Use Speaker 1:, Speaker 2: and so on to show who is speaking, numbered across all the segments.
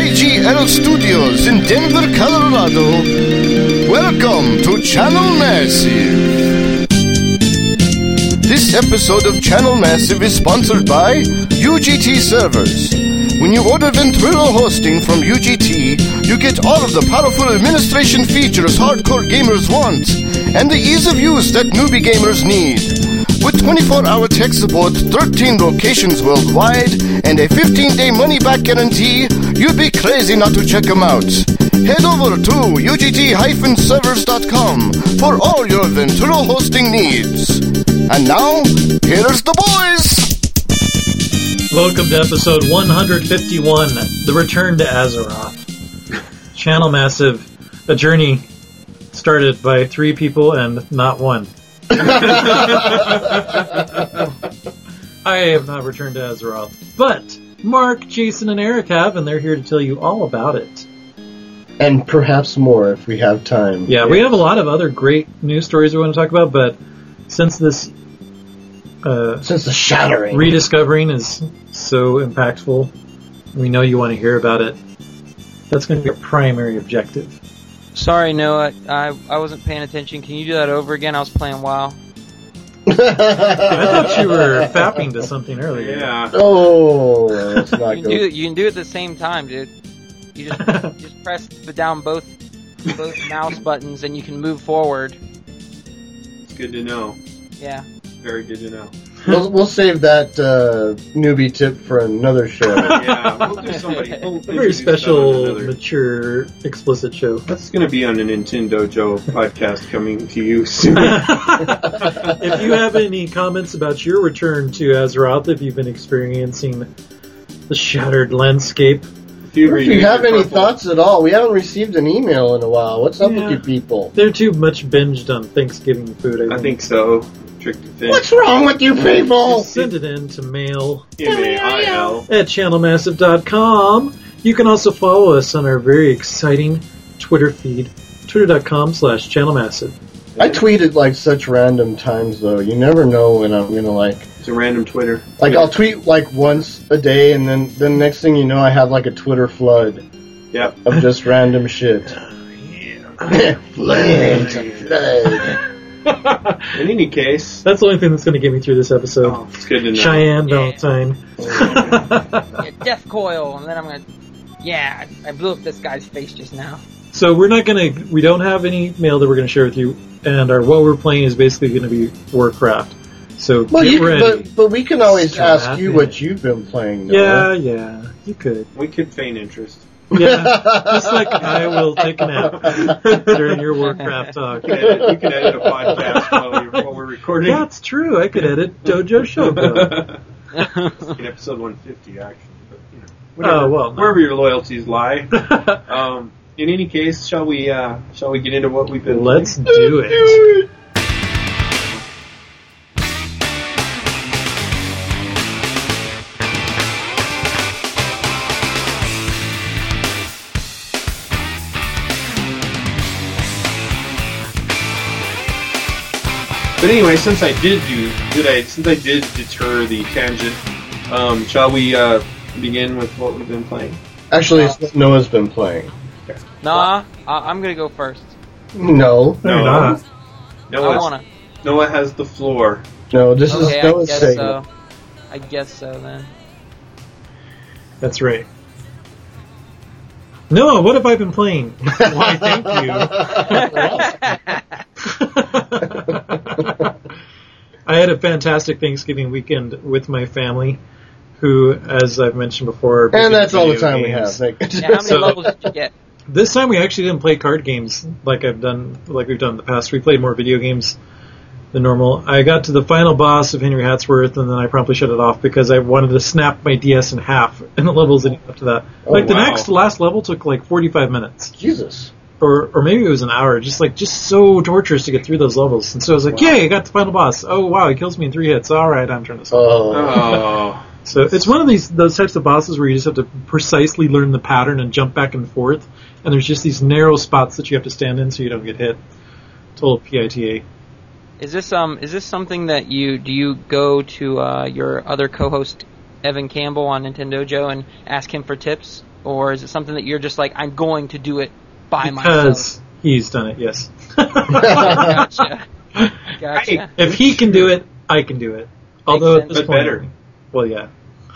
Speaker 1: Nile Studios in Denver, Colorado. Welcome to Channel Massive. This episode of Channel Massive is sponsored by UGT Servers. When you order Ventrilo hosting from UGT, you get all of the powerful administration features hardcore gamers want and the ease of use that newbie gamers need. With 24 hour tech support, 13 locations worldwide, and a 15 day money back guarantee, you'd be crazy not to check them out. Head over to ugt servers.com for all your Ventura hosting needs. And now, here's the boys!
Speaker 2: Welcome to episode 151 The Return to Azeroth. Channel Massive, a journey started by three people and not one. I have not returned to Azeroth, but Mark, Jason, and Eric have, and they're here to tell you all about it.
Speaker 3: And perhaps more if we have time.
Speaker 2: Yeah, we have a lot of other great news stories we want to talk about, but since this. Uh,
Speaker 3: since the shattering.
Speaker 2: Rediscovering is so impactful, we know you want to hear about it. That's going to be our primary objective.
Speaker 4: Sorry, Noah, I, I wasn't paying attention. Can you do that over again? I was playing WoW.
Speaker 2: I thought you were fapping to something earlier.
Speaker 5: Yeah.
Speaker 3: Oh, that's not good.
Speaker 4: you, can do, it- you can do it at the same time, dude. You just just press the down both both mouse buttons and you can move forward.
Speaker 5: It's good to know.
Speaker 4: Yeah.
Speaker 5: Very good to know.
Speaker 3: We'll, we'll save that uh, newbie tip for another show.
Speaker 5: Yeah, we'll do somebody. We'll
Speaker 2: Very
Speaker 5: introduce that on
Speaker 2: special,
Speaker 5: another-
Speaker 2: mature, explicit show.
Speaker 5: That's going to be on a Nintendo Joe podcast coming to you soon.
Speaker 2: if you have any comments about your return to Azeroth, if you've been experiencing the shattered landscape,
Speaker 5: If you,
Speaker 3: if you have any thoughts at all, we haven't received an email in a while. What's up
Speaker 2: Yeah.
Speaker 3: with you people?
Speaker 2: they're too much binged on Thanksgiving food. I,
Speaker 5: I think so. Trick to think.
Speaker 3: What's wrong with you people?
Speaker 2: Send it in to mail
Speaker 5: M-A-I-L.
Speaker 2: at channelmassive.com. You can also follow us on our very exciting Twitter feed, twitter.com slash channelmassive.
Speaker 3: I tweet at like such random times though. You never know when I'm gonna like
Speaker 5: It's a random Twitter.
Speaker 3: like I'll tweet like once a day, and then then next thing you know, I have like a Twitter flood
Speaker 5: Yep.
Speaker 3: of just random shit. Floods and floods.
Speaker 5: In any case,
Speaker 2: That's the only thing that's going to get me through this episode.
Speaker 5: oh, it's good to know.
Speaker 2: Cheyenne
Speaker 4: Yeah.
Speaker 2: Valentine.
Speaker 4: yeah. Death coil, and then I'm gonna. Yeah, I I blew up this guy's face just now.
Speaker 2: So we're not gonna. We don't have any mail that we're gonna share with you, and our what we're playing is basically gonna be Warcraft. So
Speaker 3: Well,
Speaker 2: get
Speaker 3: you can,
Speaker 2: ready.
Speaker 3: but, but we can always
Speaker 2: Stop
Speaker 3: ask you
Speaker 2: it.
Speaker 3: what you've been playing.
Speaker 2: yeah, yeah, you could.
Speaker 5: We could feign interest.
Speaker 2: Yeah, just like I will take a nap during your Warcraft talk.
Speaker 5: You could edit, you could edit a podcast while, we, while we're recording.
Speaker 2: That's true. I could edit Dojo Shogo.
Speaker 5: In episode 150, actually. But, you know,
Speaker 2: Oh, well, no.
Speaker 5: Wherever your loyalties lie. Um, in any case, shall we uh, shall we get into what we've been?
Speaker 2: Let's do it.
Speaker 5: But anyway, since I did do, did I? Since I did deter the tangent, um, shall we uh, begin with what we've been playing?
Speaker 3: Actually, it's what Noah's been playing.
Speaker 4: Nah, I, I'm gonna go first.
Speaker 3: No,
Speaker 2: No, you're
Speaker 5: Noah,
Speaker 2: not.
Speaker 4: I
Speaker 5: Noah,
Speaker 4: wanna.
Speaker 5: Noah has the floor.
Speaker 3: no, this
Speaker 4: Okay,
Speaker 3: is
Speaker 4: I
Speaker 3: Noah's
Speaker 4: guess
Speaker 3: segment.
Speaker 4: so. I guess so then.
Speaker 2: That's right. Noah, what have I been playing? Why, thank you. I had a fantastic Thanksgiving weekend with my family, who, as I've mentioned before, are big
Speaker 3: And that's
Speaker 2: into
Speaker 3: all the
Speaker 2: video
Speaker 3: time we have.
Speaker 2: games.
Speaker 3: Thank
Speaker 4: Yeah, how many
Speaker 2: So-
Speaker 4: levels did you get?
Speaker 2: This time we actually didn't play card games like I've done, like we've done in the past. We played more video games than normal. I got to the final boss of Henry Hatsworth, and then I promptly shut it off because I wanted to snap my DS in half in the levels that up to that. like the
Speaker 5: wow.
Speaker 2: next last level took like 45 minutes
Speaker 3: Jesus.
Speaker 2: or or maybe it was an hour, just like just so torturous to get through those levels. And so I was like, yay, I got the final boss. Oh wow, he kills me in three hits. All right, I'm turning this off.
Speaker 3: Oh,
Speaker 5: Oh,
Speaker 2: So it's one of these those types of bosses where you just have to precisely learn the pattern and jump back and forth. And there's just these narrow spots that you have to stand in so you don't get hit. Total PITA.
Speaker 4: Is this um is this something that you do you go to uh, your other co-host Evan Campbell on Nintendo Joe and ask him for tips? or is it something that you're just like I'm going to do it by myself?
Speaker 2: Because he's done it, yes.
Speaker 4: Gotcha. Gotcha.
Speaker 2: if he can do it, I can do it. Although at
Speaker 4: sense.
Speaker 2: this
Speaker 5: But
Speaker 2: point,
Speaker 5: better.
Speaker 2: Well, yeah,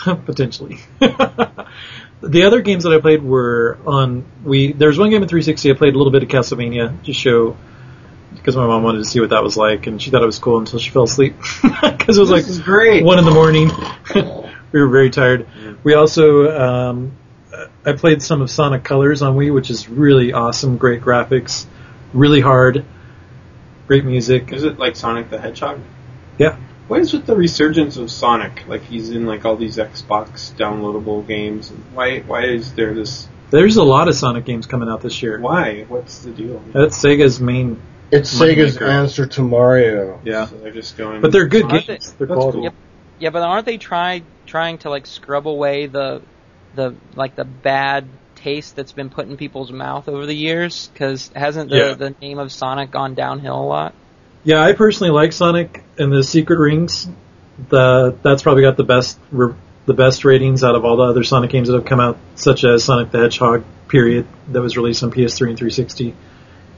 Speaker 2: potentially. the other games that I played were on we. There's one game in 360. I played a little bit of Castlevania to show because my mom wanted to see what that was like, and she thought it was cool until she fell asleep because it was like
Speaker 5: is great.
Speaker 2: one in the morning. we were very tired. We also um, I played some of Sonic Colors on Wii, which is really awesome. Great graphics, really hard, great music.
Speaker 5: Is it like Sonic the Hedgehog?
Speaker 2: Yeah.
Speaker 5: What is with the resurgence of Sonic? Like he's in like all these Xbox downloadable games. Why? Why is there this?
Speaker 2: There's a lot of Sonic games coming out this year.
Speaker 5: Why? What's the deal?
Speaker 2: That's Sega's main,
Speaker 3: It's Sega's
Speaker 5: Moneymaker.
Speaker 3: answer to Mario.
Speaker 2: Yeah.
Speaker 5: So they're just going.
Speaker 2: but they're good
Speaker 4: Aren't
Speaker 2: games.
Speaker 4: they?
Speaker 2: They're
Speaker 5: That's
Speaker 2: quality.
Speaker 5: cool.
Speaker 4: Yep. Yeah, but aren't they try trying to like scrub away the the like the bad taste that's been put in people's mouth over the years? Because hasn't the,
Speaker 2: Yeah.
Speaker 4: the name of Sonic gone downhill a lot?
Speaker 2: Yeah, I personally like Sonic and the Secret Rings. The that's probably got the best re- the best ratings out of all the other Sonic games that have come out, such as Sonic the Hedgehog. Period. That was released on PS3 and 360.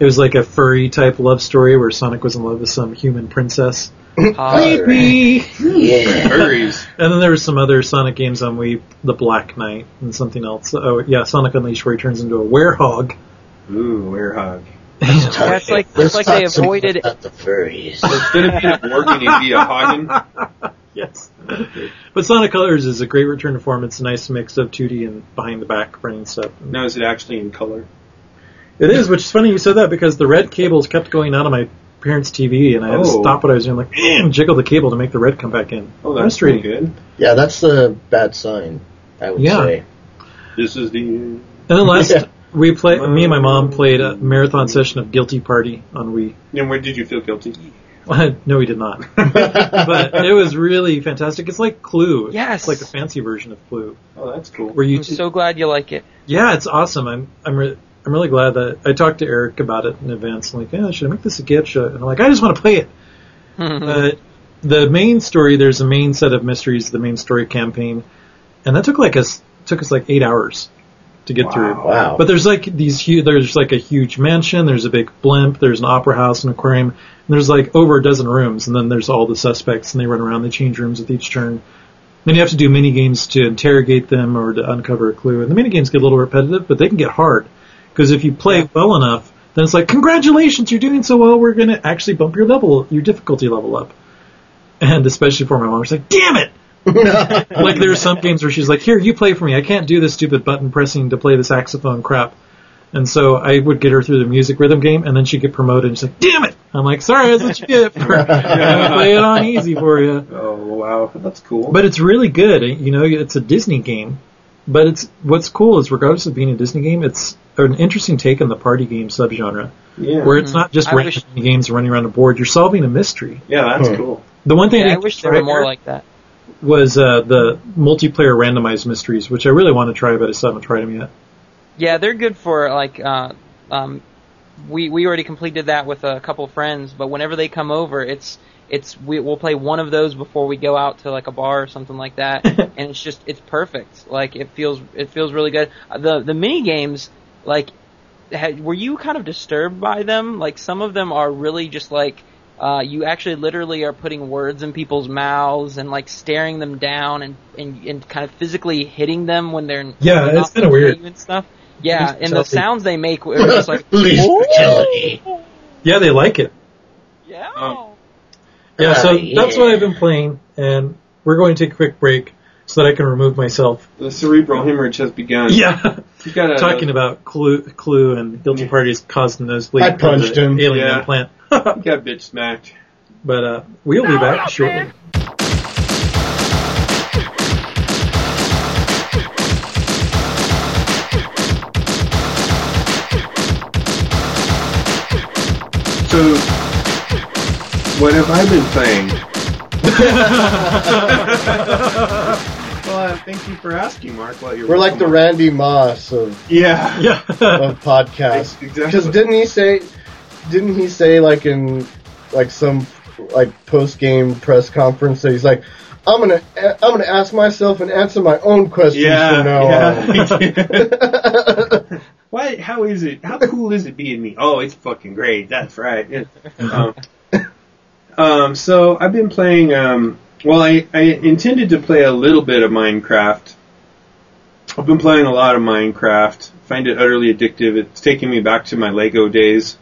Speaker 2: It was like a furry type love story where Sonic was in love with some human princess.
Speaker 4: Uh,
Speaker 2: Creepy.
Speaker 5: furries.
Speaker 2: And then there was some other Sonic games on Wii, The Black Knight and something else. Oh yeah, Sonic Unleashed, where he turns into a werehog.
Speaker 5: Ooh, werehog.
Speaker 4: that's like it's like they avoided
Speaker 6: Not the furries.
Speaker 5: Instead of being a Morgan, he'd be a Hagen.
Speaker 2: Yes. But Sonic Colors is a great return to form. It's a nice mix of 2D and behind the back running stuff.
Speaker 5: Now is it actually in color?
Speaker 2: It is, which is funny you said that because the red cables kept going out of my parents' TV, and I had to
Speaker 5: Oh.
Speaker 2: stop what I was doing, like, and jiggle the cable to make the red come back in.
Speaker 5: Oh, that's pretty
Speaker 2: Frustrating.
Speaker 5: good.
Speaker 6: yeah, that's the bad sign. I would
Speaker 2: Yeah.
Speaker 6: say.
Speaker 5: This is the.
Speaker 2: And then last,
Speaker 6: Yeah.
Speaker 2: we play, me and my mom played a marathon session of Guilty Party on Wii.
Speaker 5: And where did you feel guilty?
Speaker 2: no, we did not. but it was really fantastic. It's like Clue.
Speaker 4: Yes.
Speaker 2: It's like a fancy version of Clue.
Speaker 5: Oh, that's cool.
Speaker 2: Where you
Speaker 4: I'm so glad you like it.
Speaker 2: Yeah, it's awesome. I'm I'm re- I'm really glad that I talked to Eric about it in advance. I'm like, yeah, should I make this a gift? Should I-" And I'm like, I just want to play it.
Speaker 4: Mm-hmm.
Speaker 2: but the main story, there's a main set of mysteries, the main story campaign, and that took like us took us like eight hours to get through.
Speaker 6: Wow.
Speaker 2: But there's like these huge, there's like a huge mansion, there's a big blimp, there's an opera house, an aquarium, and there's like over a dozen rooms, and then there's all the suspects, and they run around, they change rooms with each turn. Then you have to do mini games to interrogate them or to uncover a clue, and the mini games get a little repetitive, but they can get hard because if you play well enough, then it's like congratulations, you're doing so well, we're gonna actually bump your level, your difficulty level up. And especially for my mom, she's like, damn it! like there are some games where she's like, here, you play for me. I can't do this stupid button pressing to play the saxophone crap. And so I would get her through the music rhythm game, and then she'd get promoted, and she's like, damn it! I'm like, sorry, that's what you get for I play it on easy for you.
Speaker 5: Oh, wow. That's cool.
Speaker 2: But it's really good. You know, it's a Disney game. But it's what's cool is regardless of being a Disney game, it's an interesting take on the party game subgenre,
Speaker 5: yeah.
Speaker 2: where it's not just
Speaker 4: Mm-hmm. I
Speaker 2: random games running around a board. You're solving a mystery.
Speaker 5: yeah, that's cool.
Speaker 2: The one thing
Speaker 4: Yeah,
Speaker 2: I,
Speaker 4: I wish there were more like that.
Speaker 2: was uh, the multiplayer randomized mysteries, which I really want to try, but I still haven't tried them yet.
Speaker 4: Yeah, they're good for like uh, um, we we already completed that with a couple friends, but whenever they come over, it's it's we, we'll play one of those before we go out to like a bar or something like that, and it's just it's perfect. Like it feels it feels really good. Uh, The the mini games like had, were you kind of disturbed by them? Like some of them are really just like uh, you actually literally are putting words in people's mouths and like staring them down and and, and kind of physically hitting them when they're
Speaker 2: Yeah,
Speaker 4: when they're
Speaker 2: it's
Speaker 4: not
Speaker 2: kinda
Speaker 4: looking at
Speaker 2: weird.
Speaker 4: you and stuff. Yeah, and
Speaker 2: tell
Speaker 4: the
Speaker 2: me.
Speaker 4: sounds they make were just like
Speaker 6: Police
Speaker 4: "Ooh,
Speaker 6: brutality.
Speaker 2: Yeah, they like it.
Speaker 4: yeah.
Speaker 5: Oh.
Speaker 2: Yeah, so
Speaker 6: Oh,
Speaker 2: that's
Speaker 6: yeah.
Speaker 2: what I've been playing, and we're going to take a quick break so that I can remove myself.
Speaker 5: The cerebral hemorrhage has begun.
Speaker 2: Yeah,
Speaker 5: You gotta,
Speaker 2: talking about Clue, Clue and Guilty Parties caused a nosebleed.
Speaker 3: I
Speaker 2: from
Speaker 3: punched
Speaker 2: the
Speaker 3: him.
Speaker 2: Alien
Speaker 5: Yeah.
Speaker 2: implant.
Speaker 5: You got bitch smacked.
Speaker 2: But uh, we'll be back shortly.
Speaker 5: So, what have I been playing? well, uh, thank you for asking, Mark. While you're
Speaker 3: We're like the Randy Moss of,
Speaker 5: Yeah.
Speaker 2: Yeah.
Speaker 3: of podcasts.
Speaker 5: Exactly.
Speaker 3: Because didn't he say? Didn't he say like in like some like post game press conference that he's like, I'm gonna a- I'm gonna ask myself and answer my own questions
Speaker 5: Yeah.
Speaker 3: from now
Speaker 5: yeah.
Speaker 3: on.
Speaker 5: Why? How is it? How cool is it being me? Oh, it's fucking great. That's right. Yeah. Um, um, so I've been playing. Um, well, I, I intended to play a little bit of Minecraft. I've been playing a lot of Minecraft. Find it utterly addictive. It's taking me back to my Lego days.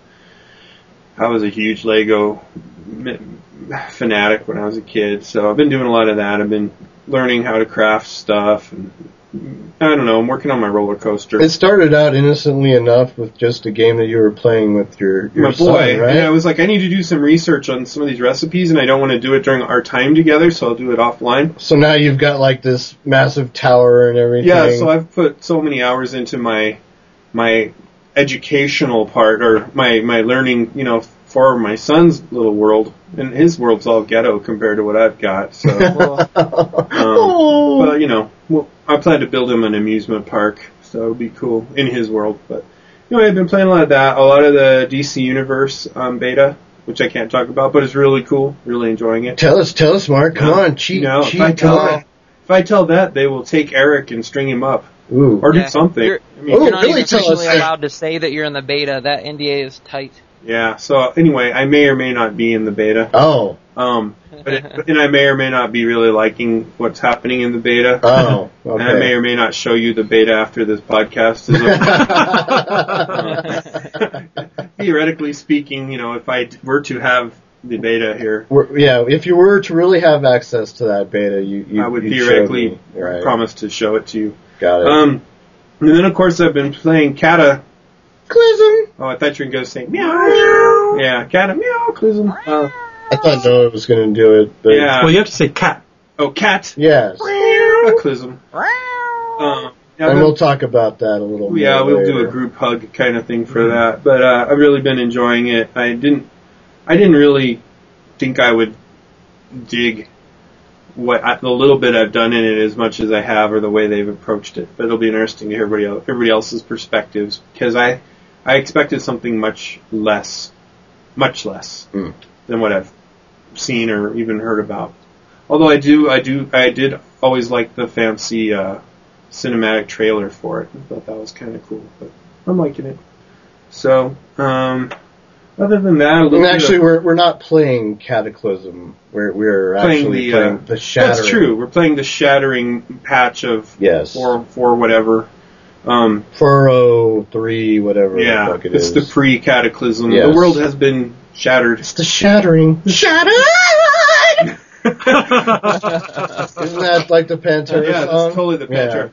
Speaker 5: I was a huge Lego m- fanatic when I was a kid, so I've been doing a lot of that. I've been learning how to craft stuff, and I don't know. I'm working on my roller coaster.
Speaker 3: it started out innocently enough with just a game that you were playing with your your
Speaker 5: my
Speaker 3: son,
Speaker 5: boy.
Speaker 3: right?
Speaker 5: And I was like, I need to do some research on some of these recipes, and I don't want to do it during our time together, so I'll do it offline.
Speaker 3: so now you've got like this massive tower and everything.
Speaker 5: Yeah, so I've put so many hours into my my educational part or my my learning, you know, for my son's little world, and his world's all ghetto compared to what I've got. So,
Speaker 4: Well, Oh.
Speaker 5: um, but you know, well, I plan to build him an amusement park, so it'll be cool in his world. But anyway, I've been playing a lot of that, a lot of the DC Universe um, beta. Which I can't talk about, but it's really cool. Really enjoying it.
Speaker 3: tell us, tell us, Mark. Come
Speaker 5: No.
Speaker 3: on, cheat,
Speaker 5: No, if
Speaker 3: cheat,
Speaker 5: I tell
Speaker 3: come
Speaker 5: that, if I tell that, they will take Eric and string him up
Speaker 3: on. Ooh.
Speaker 5: or
Speaker 4: Yeah.
Speaker 5: do something.
Speaker 4: You're-
Speaker 5: I mean,
Speaker 3: Oh,
Speaker 4: you're not
Speaker 3: really?
Speaker 4: even
Speaker 3: Tell us
Speaker 4: officially
Speaker 3: that.
Speaker 4: allowed to say that you're in the beta. That NDA is tight.
Speaker 5: yeah. So anyway, I may or may not be in the beta.
Speaker 3: Oh,
Speaker 5: Um, but it, and I may or may not be really liking what's happening in the beta.
Speaker 3: oh,
Speaker 5: And I may
Speaker 3: okay.
Speaker 5: or may not show you the beta after this podcast is over. Theoretically speaking, you know, if I d- were to have the beta here,
Speaker 3: We're- yeah, if you were to really have access to that beta, you, you
Speaker 5: I would
Speaker 3: you'd show
Speaker 5: theoretically
Speaker 3: me, right?
Speaker 5: promise to show it to you.
Speaker 3: Got it.
Speaker 5: Um, and then of course I've been playing Kata
Speaker 3: Clism.
Speaker 5: Oh, I thought you were going to say meow. Yeah, cat a meow, clism. Uh,
Speaker 3: I thought Noah was going to do it, but
Speaker 5: yeah.
Speaker 2: well, you have to say cat.
Speaker 5: oh, cat.
Speaker 3: yes,
Speaker 5: Meow, clism. Um, yeah,
Speaker 3: and
Speaker 5: I've
Speaker 3: we'll talk about that a little.
Speaker 5: been- yeah,
Speaker 3: more Mm-hmm.
Speaker 5: we'll do
Speaker 3: later.
Speaker 5: a group hug kind of thing for that. But uh, I've really been enjoying it. I didn't, I didn't really think I would dig what I, the little bit I've done in it as much as I have, or the way they've approached it. But it'll be interesting to hear everybody, el- everybody else's perspectives because I, I expected something much less, much less
Speaker 3: Mm.
Speaker 5: than what I've seen or even heard about. Although I do, I do, I did always like the fancy uh, cinematic trailer for it. I thought that was kind of cool, but I'm liking it. So, um, other than that, a little
Speaker 3: And
Speaker 5: bit of-
Speaker 3: actually, we're we're not playing Cataclysm. We're we're
Speaker 5: Playing
Speaker 3: actually
Speaker 5: the,
Speaker 3: playing
Speaker 5: uh,
Speaker 3: the Shattering.
Speaker 5: That's true. We're playing the shattering patch of
Speaker 3: Yes.
Speaker 5: four four whatever. Um,
Speaker 3: Furrow three, whatever. the
Speaker 5: yeah,
Speaker 3: fuck it
Speaker 5: it's
Speaker 3: is.
Speaker 5: the pre cataclysm. The
Speaker 3: Yes.
Speaker 5: world has been shattered.
Speaker 3: It's the Shattering. Shattered. Isn't that like the Pantera
Speaker 5: yeah, that's
Speaker 3: song?
Speaker 5: totally the
Speaker 3: Yeah.
Speaker 5: picture.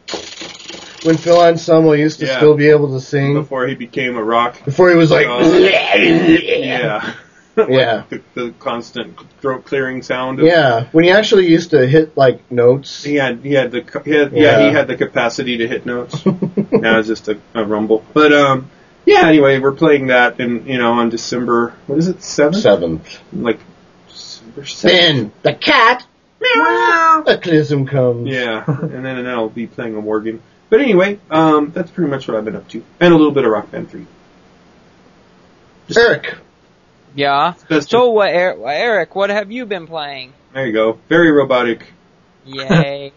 Speaker 3: When Phil Anselmo used to
Speaker 5: Yeah.
Speaker 3: still be able to sing
Speaker 5: Before he became a rock.
Speaker 3: before he was like,
Speaker 5: Uh, yeah.
Speaker 3: yeah,
Speaker 5: the, the constant throat clearing sound. Of,
Speaker 3: yeah. When he actually used to hit like notes.
Speaker 5: He had he had the ca- he had, yeah.
Speaker 3: Yeah.
Speaker 5: he had the capacity to hit notes. now it's just a, a rumble. But um yeah. Anyway, we're playing that in you know on December what is it seventh?
Speaker 3: Seventh.
Speaker 5: Like December seventh.
Speaker 3: Then the cat cataclysm comes.
Speaker 5: Yeah, and then and then I'll be playing a war game. But anyway, um, that's pretty much what I've been up to, and a little bit of Rock Band Three.
Speaker 3: Eric.
Speaker 4: Yeah.
Speaker 5: That's
Speaker 4: So, what, er- Eric, what have you been playing?
Speaker 5: there you go. Very robotic.
Speaker 4: Yay.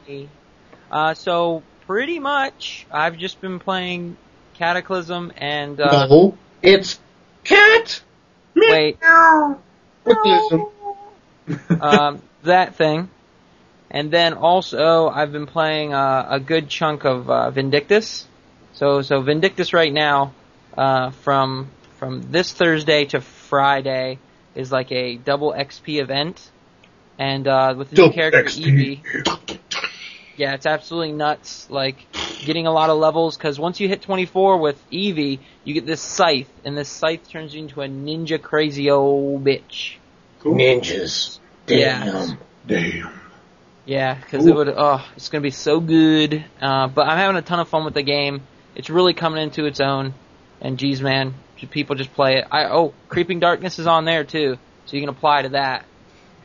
Speaker 4: uh, so, pretty much, I've just been playing Cataclysm and, uh,
Speaker 3: no, it's cat
Speaker 4: wait,
Speaker 3: cataclysm.
Speaker 4: um, that thing. And then also, I've been playing uh, a good chunk of uh, Vindictus. So, so Vindictus right now, uh, from from this Thursday to Friday, is like a double XP event, and uh, with the new
Speaker 3: Double
Speaker 4: character
Speaker 3: XP.
Speaker 4: Eevee. Yeah, it's absolutely nuts. Like getting a lot of levels because once you hit 24 with Eevee, you get this scythe, and this scythe turns you into a ninja crazy old bitch.
Speaker 6: Ninjas.
Speaker 4: Yeah.
Speaker 6: Damn.
Speaker 5: Damn.
Speaker 4: Yeah, because it
Speaker 5: Cool.
Speaker 4: would. Oh, it's gonna be so good. Uh, but I'm having a ton of fun with the game. It's really coming into its own. And geez, man, should people just play it? I oh, Creeping Darkness is on there too, so you can apply to that.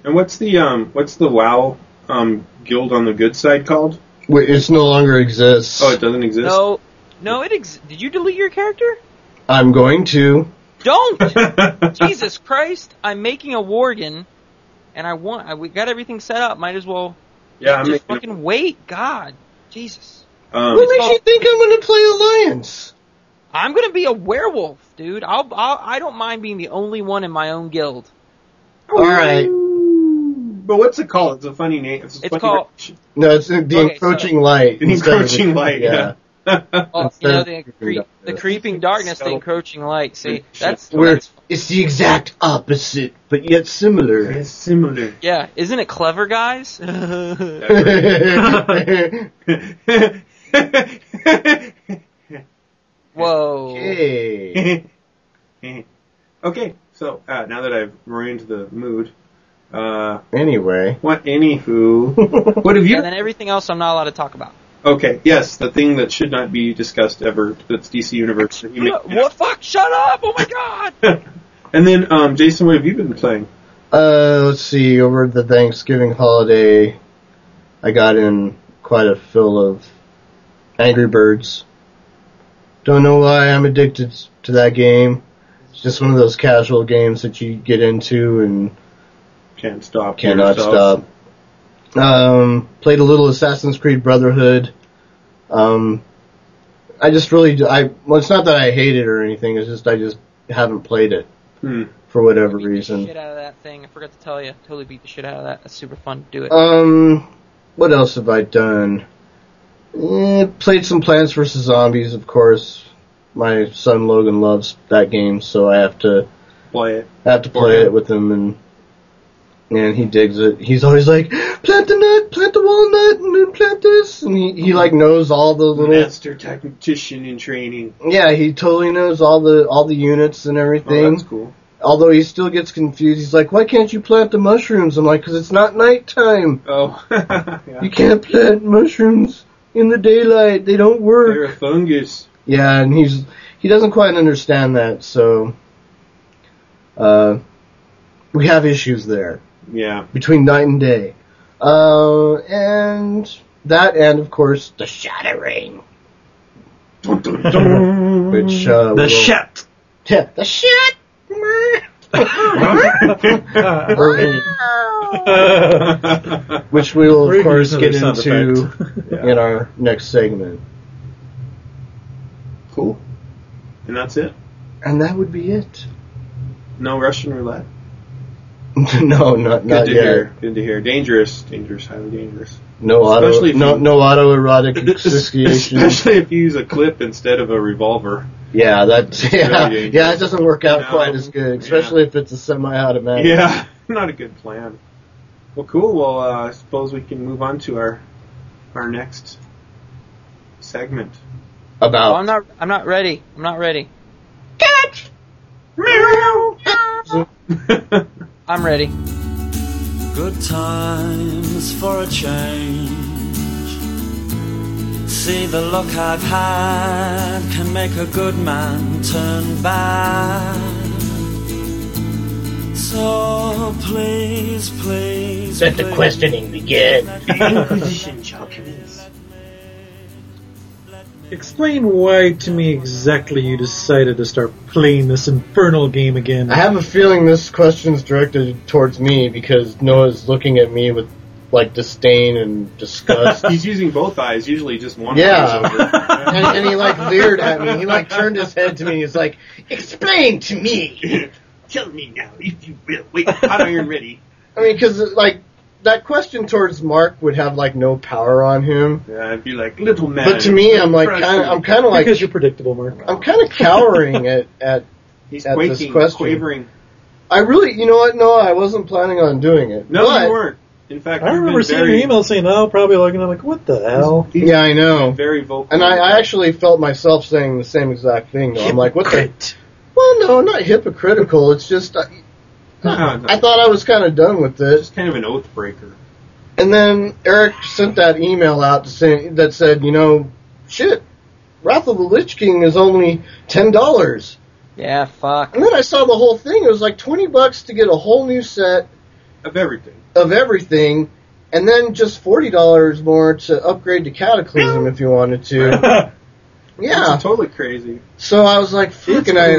Speaker 5: And what's the um what's the WoW um guild on the good side called?
Speaker 3: Wait, it's no longer exists.
Speaker 5: Oh, it doesn't exist.
Speaker 4: No, no, it ex- did you delete your character?
Speaker 3: I'm going to.
Speaker 4: Don't. Jesus Christ! I'm making a worgen, and I want. I, we got everything set up. Might as well
Speaker 5: Yeah, um, I'm
Speaker 4: Just
Speaker 5: making
Speaker 4: fucking wait, God, Jesus.
Speaker 5: um,
Speaker 3: What makes you think I'm going to play Alliance?
Speaker 4: I'm gonna be a werewolf, dude. I'll, I'll I don't mind being the only one in my own guild.
Speaker 3: All right.
Speaker 5: But what's it called? It's a funny name. It's, a
Speaker 4: It's
Speaker 5: funny
Speaker 4: called-
Speaker 5: range.
Speaker 3: No, it's the
Speaker 4: Okay,
Speaker 3: encroaching light.
Speaker 5: The
Speaker 3: instead of-
Speaker 5: Encroaching Light, yeah.
Speaker 4: Oh, you
Speaker 3: Instead
Speaker 4: know
Speaker 3: of
Speaker 4: the,
Speaker 3: creeping
Speaker 4: cre-
Speaker 3: darkness.
Speaker 4: the creeping darkness, the
Speaker 5: So-
Speaker 4: encroaching light. See, that's
Speaker 3: Where
Speaker 4: that's
Speaker 3: it's the exact opposite, but yet similar.
Speaker 5: It's similar.
Speaker 4: yeah. Isn't it clever, guys?
Speaker 3: okay.
Speaker 4: Whoa.
Speaker 5: okay, so uh, now that I've ruined the mood, uh,
Speaker 3: Anyway.
Speaker 5: what? Anywho, what have you?
Speaker 4: And then everything else I'm not allowed to talk about.
Speaker 5: Okay, yes, the thing that should not be discussed ever. That's DC Universe. that you make-
Speaker 4: What fuck? Shut up! Oh my god!
Speaker 5: and then, um, Jason, what have you been playing?
Speaker 3: Uh, let's see. Over the Thanksgiving holiday, I got in quite a fill of Angry Birds. Don't know why I'm addicted to that game. It's just one of those casual games that you get into and
Speaker 5: Can't stop.
Speaker 3: cannot
Speaker 5: yourself.
Speaker 3: stop. Um, played a little Assassin's Creed Brotherhood. Um, I just really, I well, it's not that I hate it or anything. It's just I just haven't played it
Speaker 5: Hmm.
Speaker 3: for whatever
Speaker 4: Beat the
Speaker 3: reason.
Speaker 4: Shit out of that thing. I forgot to tell you. Totally beat the shit out of that. That's super fun. Do it.
Speaker 3: Um, what else have I done? Eh, played some Plants vs. Zombies, of course. My son Logan loves that game, so I have to
Speaker 5: Play it.
Speaker 3: I have to play it with him, and and he digs it. He's always like, plant the nut, plant the walnut, and then plant this, and he, he like knows all the little
Speaker 5: Master tactician in training.
Speaker 3: yeah he totally knows all the all the units and
Speaker 5: Oh,
Speaker 3: everything.
Speaker 5: that's cool.
Speaker 3: Although he still gets confused. He's like, why can't you plant the mushrooms? I'm like, because it's not nighttime.
Speaker 5: Oh, yeah.
Speaker 3: You can't plant mushrooms in the daylight. They don't
Speaker 5: They're
Speaker 3: work.
Speaker 5: a fungus.
Speaker 3: Yeah, and he's he doesn't quite understand that, so uh, we have issues there
Speaker 5: Yeah.
Speaker 3: between night and day. Uh, and that, and of course, the shattering, which uh,
Speaker 2: The
Speaker 3: will-
Speaker 2: shit.
Speaker 3: yeah, the shit. which we will of
Speaker 2: We're
Speaker 3: course
Speaker 2: using
Speaker 3: get
Speaker 2: sound
Speaker 3: into
Speaker 2: effect.
Speaker 3: in our next segment,
Speaker 5: cool. And that's it.
Speaker 3: and that would be it.
Speaker 5: No Russian roulette.
Speaker 3: no, not
Speaker 5: Good
Speaker 3: not
Speaker 5: to
Speaker 3: yet.
Speaker 5: hear. Good to hear. Dangerous. Dangerous. Highly dangerous.
Speaker 3: No auto,
Speaker 5: Especially if
Speaker 3: no,
Speaker 5: you-
Speaker 3: no autoerotic asphyxiation.
Speaker 5: Especially if you use a clip instead of a revolver.
Speaker 3: yeah, that yeah,
Speaker 5: Really
Speaker 3: yeah, it doesn't work out
Speaker 5: No.
Speaker 3: quite as good, especially if it's a semi-automatic.
Speaker 5: Yeah. Not a good plan. Well, cool. Well, uh, I suppose we can move on to our our next segment.
Speaker 4: Oh,
Speaker 3: About
Speaker 4: I'm not. I'm not ready. I'm not ready. I'm ready.
Speaker 7: Good times for a change. See the look I've had can make a good man turn bad. So please, please.
Speaker 6: Let the
Speaker 7: please,
Speaker 6: questioning begin.
Speaker 2: Explain why to me exactly you decided to start playing this infernal game again.
Speaker 3: I have a feeling this question's directed towards me because Noah's looking at me with like disdain and disgust.
Speaker 5: He's using both eyes. Usually, just one.
Speaker 3: Yeah.
Speaker 5: eye's over.
Speaker 3: And, and he like leered at me. He like turned his head to me. He's like, "Explain to me."
Speaker 5: Tell me now, if you will. Wait, hot iron ready.
Speaker 3: I mean, because like that question towards Mark would have like no power on him,
Speaker 5: Yeah, Uh, I'd be like, little man.
Speaker 3: but to me, I'm like,
Speaker 5: Impressive.
Speaker 3: kind of, I'm kind of like
Speaker 2: because you're predictable, Mark.
Speaker 3: I'm kind of cowering at, at.
Speaker 5: He's
Speaker 3: at this
Speaker 5: quaking,
Speaker 3: question.
Speaker 5: quavering.
Speaker 3: I really, you know what? No, I wasn't planning on doing it.
Speaker 5: No,
Speaker 3: but,
Speaker 5: you weren't. In fact,
Speaker 2: I
Speaker 5: you've
Speaker 2: remember
Speaker 5: been
Speaker 2: seeing
Speaker 5: very,
Speaker 2: your email saying, "Oh, probably looking." I'm like, "What the hell?"
Speaker 5: He's
Speaker 3: Yeah, I know.
Speaker 5: Very vocal.
Speaker 3: And I, I actually felt myself saying the same exact thing. Though. I'm like, what the?
Speaker 2: Great.
Speaker 3: Well, no, not hypocritical. It's just I,
Speaker 5: No, no.
Speaker 3: I thought I was kind of done with this,
Speaker 5: It's kind of an oath breaker.
Speaker 3: and then Eric sent that email out to say, that said, you know, shit, Wrath of the Lich King is only ten dollars.
Speaker 4: Yeah. Fuck.
Speaker 3: And then I saw the whole thing. It was like twenty bucks to get a whole new set
Speaker 5: Of everything.
Speaker 3: of everything, and then just forty dollars more to upgrade to Cataclysm if you wanted to. yeah.
Speaker 5: It's totally crazy.
Speaker 3: So I was like, "Fuck!" And I,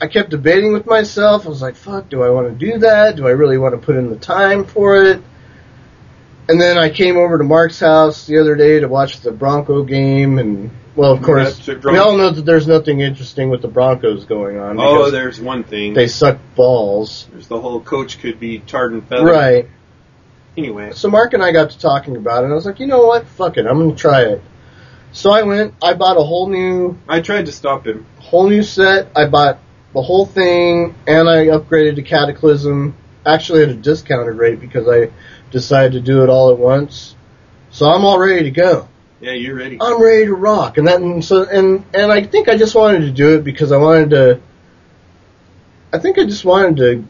Speaker 3: I kept debating with myself. I was like, "Fuck! Do I want to do that? Do I really want to put in the time for it?" And then I came over to Mark's house the other day to watch the Bronco game, and well, of course,
Speaker 5: That's a
Speaker 3: we all know that there's nothing interesting with the Broncos going on
Speaker 5: Oh,
Speaker 3: because
Speaker 5: there's one thing.
Speaker 3: they suck balls.
Speaker 5: There's the whole coach could be tarred and feathered.
Speaker 3: Right.
Speaker 5: Anyway,
Speaker 3: So Mark and I got to talking about it, and I was like, you know what? Fuck it, I'm gonna try it. So I went. I bought a whole new
Speaker 5: I tried to stop him.
Speaker 3: whole new set. I bought the whole thing, and I upgraded to Cataclysm. Actually, at a discounted rate because I decided to do it all at once. So I'm all ready to go.
Speaker 5: Yeah, you're ready.
Speaker 3: I'm ready to rock, and that and so and and I think I just wanted to do it because I wanted to. I think I just wanted to.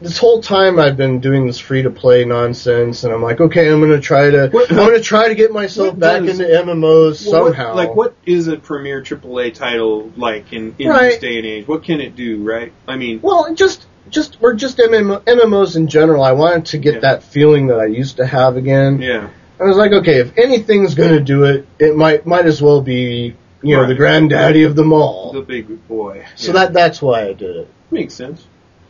Speaker 3: This whole time I've been doing this free to play nonsense, and I'm like, okay, I'm gonna try to,
Speaker 5: What-
Speaker 3: I'm gonna try to get myself
Speaker 5: what
Speaker 3: back
Speaker 5: does-
Speaker 3: into MMOs
Speaker 5: Well, what-
Speaker 3: somehow.
Speaker 5: like, what is a premier AAA title like in, in
Speaker 3: Right.
Speaker 5: this day and age? What can it do, right? I mean,
Speaker 3: Well, and just just we're just MMO, MMOs in general. I wanted to get
Speaker 5: Yeah.
Speaker 3: that feeling that I used to have again.
Speaker 5: yeah.
Speaker 3: I was like, okay, if anything's gonna do it, it might might as well be you know
Speaker 5: Right.
Speaker 3: the granddaddy of them all.
Speaker 5: The big boy.
Speaker 3: so
Speaker 5: Yeah.
Speaker 3: that that's why I did it
Speaker 5: makes sense.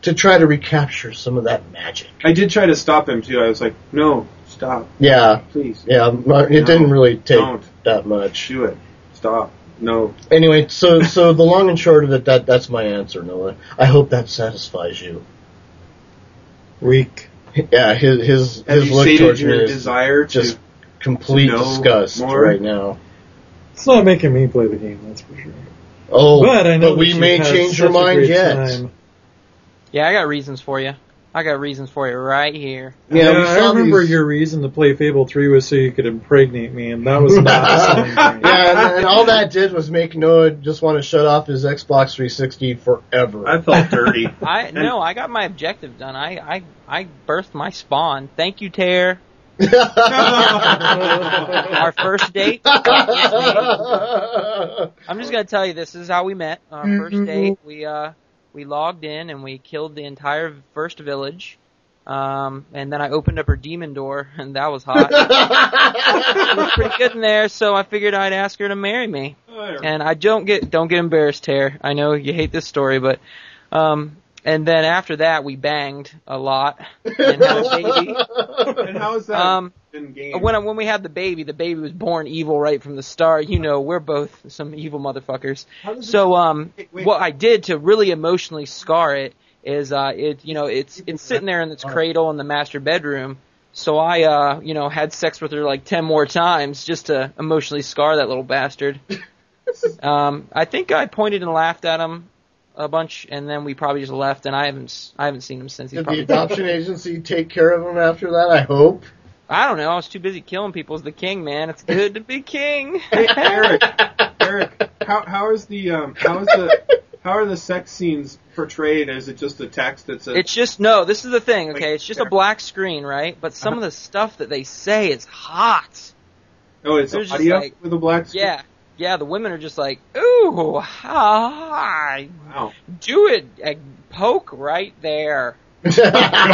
Speaker 3: to try to recapture some of that magic.
Speaker 5: I did try to stop him too. I was like, no, stop,
Speaker 3: Yeah,
Speaker 5: please.
Speaker 3: yeah. I'm not- It didn't really take
Speaker 5: Don't.
Speaker 3: that much.
Speaker 5: Do it. Stop. No.
Speaker 3: Anyway, so so the long and short of it, that that's my answer, Noah. I hope that satisfies you.
Speaker 2: Weak.
Speaker 3: Yeah, his his
Speaker 5: Have
Speaker 3: his
Speaker 5: you
Speaker 3: look
Speaker 5: sated
Speaker 3: towards me
Speaker 5: your
Speaker 3: is
Speaker 5: desire to?
Speaker 3: just complete
Speaker 5: to know
Speaker 3: disgust
Speaker 5: more?
Speaker 3: right now.
Speaker 2: It's not making me play the game, that's for sure.
Speaker 3: Oh,
Speaker 2: but I know that
Speaker 3: we
Speaker 2: you've
Speaker 3: may
Speaker 2: had
Speaker 3: change your
Speaker 2: such a
Speaker 3: mind
Speaker 2: great
Speaker 3: yet.
Speaker 2: time.
Speaker 4: Yeah, I got reasons for you. I got reasons for you right here.
Speaker 3: Yeah, we
Speaker 2: I
Speaker 3: saw
Speaker 2: remember
Speaker 3: these-
Speaker 2: your reason to play Fable 3 was so you could impregnate me, and that was not the same thing.
Speaker 3: Yeah, and, and all that did was make Noah just want to shut off his Xbox 360 forever.
Speaker 5: I felt dirty.
Speaker 4: I no, I got my objective done. I I, I birthed my spawn. Thank you, Tear. Our first date. I'm just gonna tell you this, is how we met. Our first date, we uh we logged in and we killed the entire first village. Um, and then I opened up her demon door, and that was hot. it was pretty good in there, so I figured I'd ask her to marry me. And I don't get don't get embarrassed, Tare. I know you hate this story, but um, and then after that we banged a lot and had a baby.
Speaker 5: and how is that
Speaker 4: Um,
Speaker 5: in game?
Speaker 4: When I, when we had the baby, the baby was born evil right from the start. You know, we're both some evil motherfuckers. So um,
Speaker 5: Wait, wait.
Speaker 4: what I did to really emotionally scar it is uh, it you know it's it's sitting there in its cradle in the master bedroom. So I uh, you know had sex with her like ten more times just to emotionally scar that little bastard. um, I think I pointed and laughed at him a bunch, and then we probably just left. And I haven't s- I haven't seen him since. He's
Speaker 3: Did the
Speaker 4: probably
Speaker 3: adoption agency take care of him after that? I hope.
Speaker 4: I don't know. I was too busy killing people as the king, man. It's good to be king.
Speaker 5: Hey, Eric, Eric, how how is the um how is the how are the sex scenes portrayed? Is it just a text that says
Speaker 4: It's just no. This is the thing,
Speaker 5: Like, Uh-huh.
Speaker 4: okay? It's just
Speaker 5: there.
Speaker 4: a black screen, right? But some of the stuff that they say is hot.
Speaker 5: oh it's
Speaker 4: there's just
Speaker 5: audio
Speaker 4: like-
Speaker 5: with a black screen?
Speaker 4: Yeah, yeah. The women are just like, ooh, hi,
Speaker 5: Wow.
Speaker 4: do it, uh, poke right there.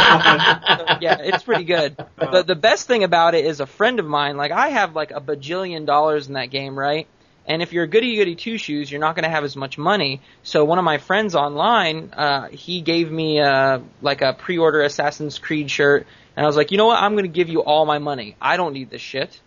Speaker 4: yeah, it's pretty good.
Speaker 5: Uh-huh.
Speaker 4: The the best thing about it is a friend of mine. Like I have like a bajillion dollars in that game, right? And if you're a goody goody two shoes, you're not going to have as much money. So one of my friends online, uh, he gave me uh, like a pre order Assassin's Creed shirt, and I was like, you know what? I'm going to give you all my money. I don't need this shit.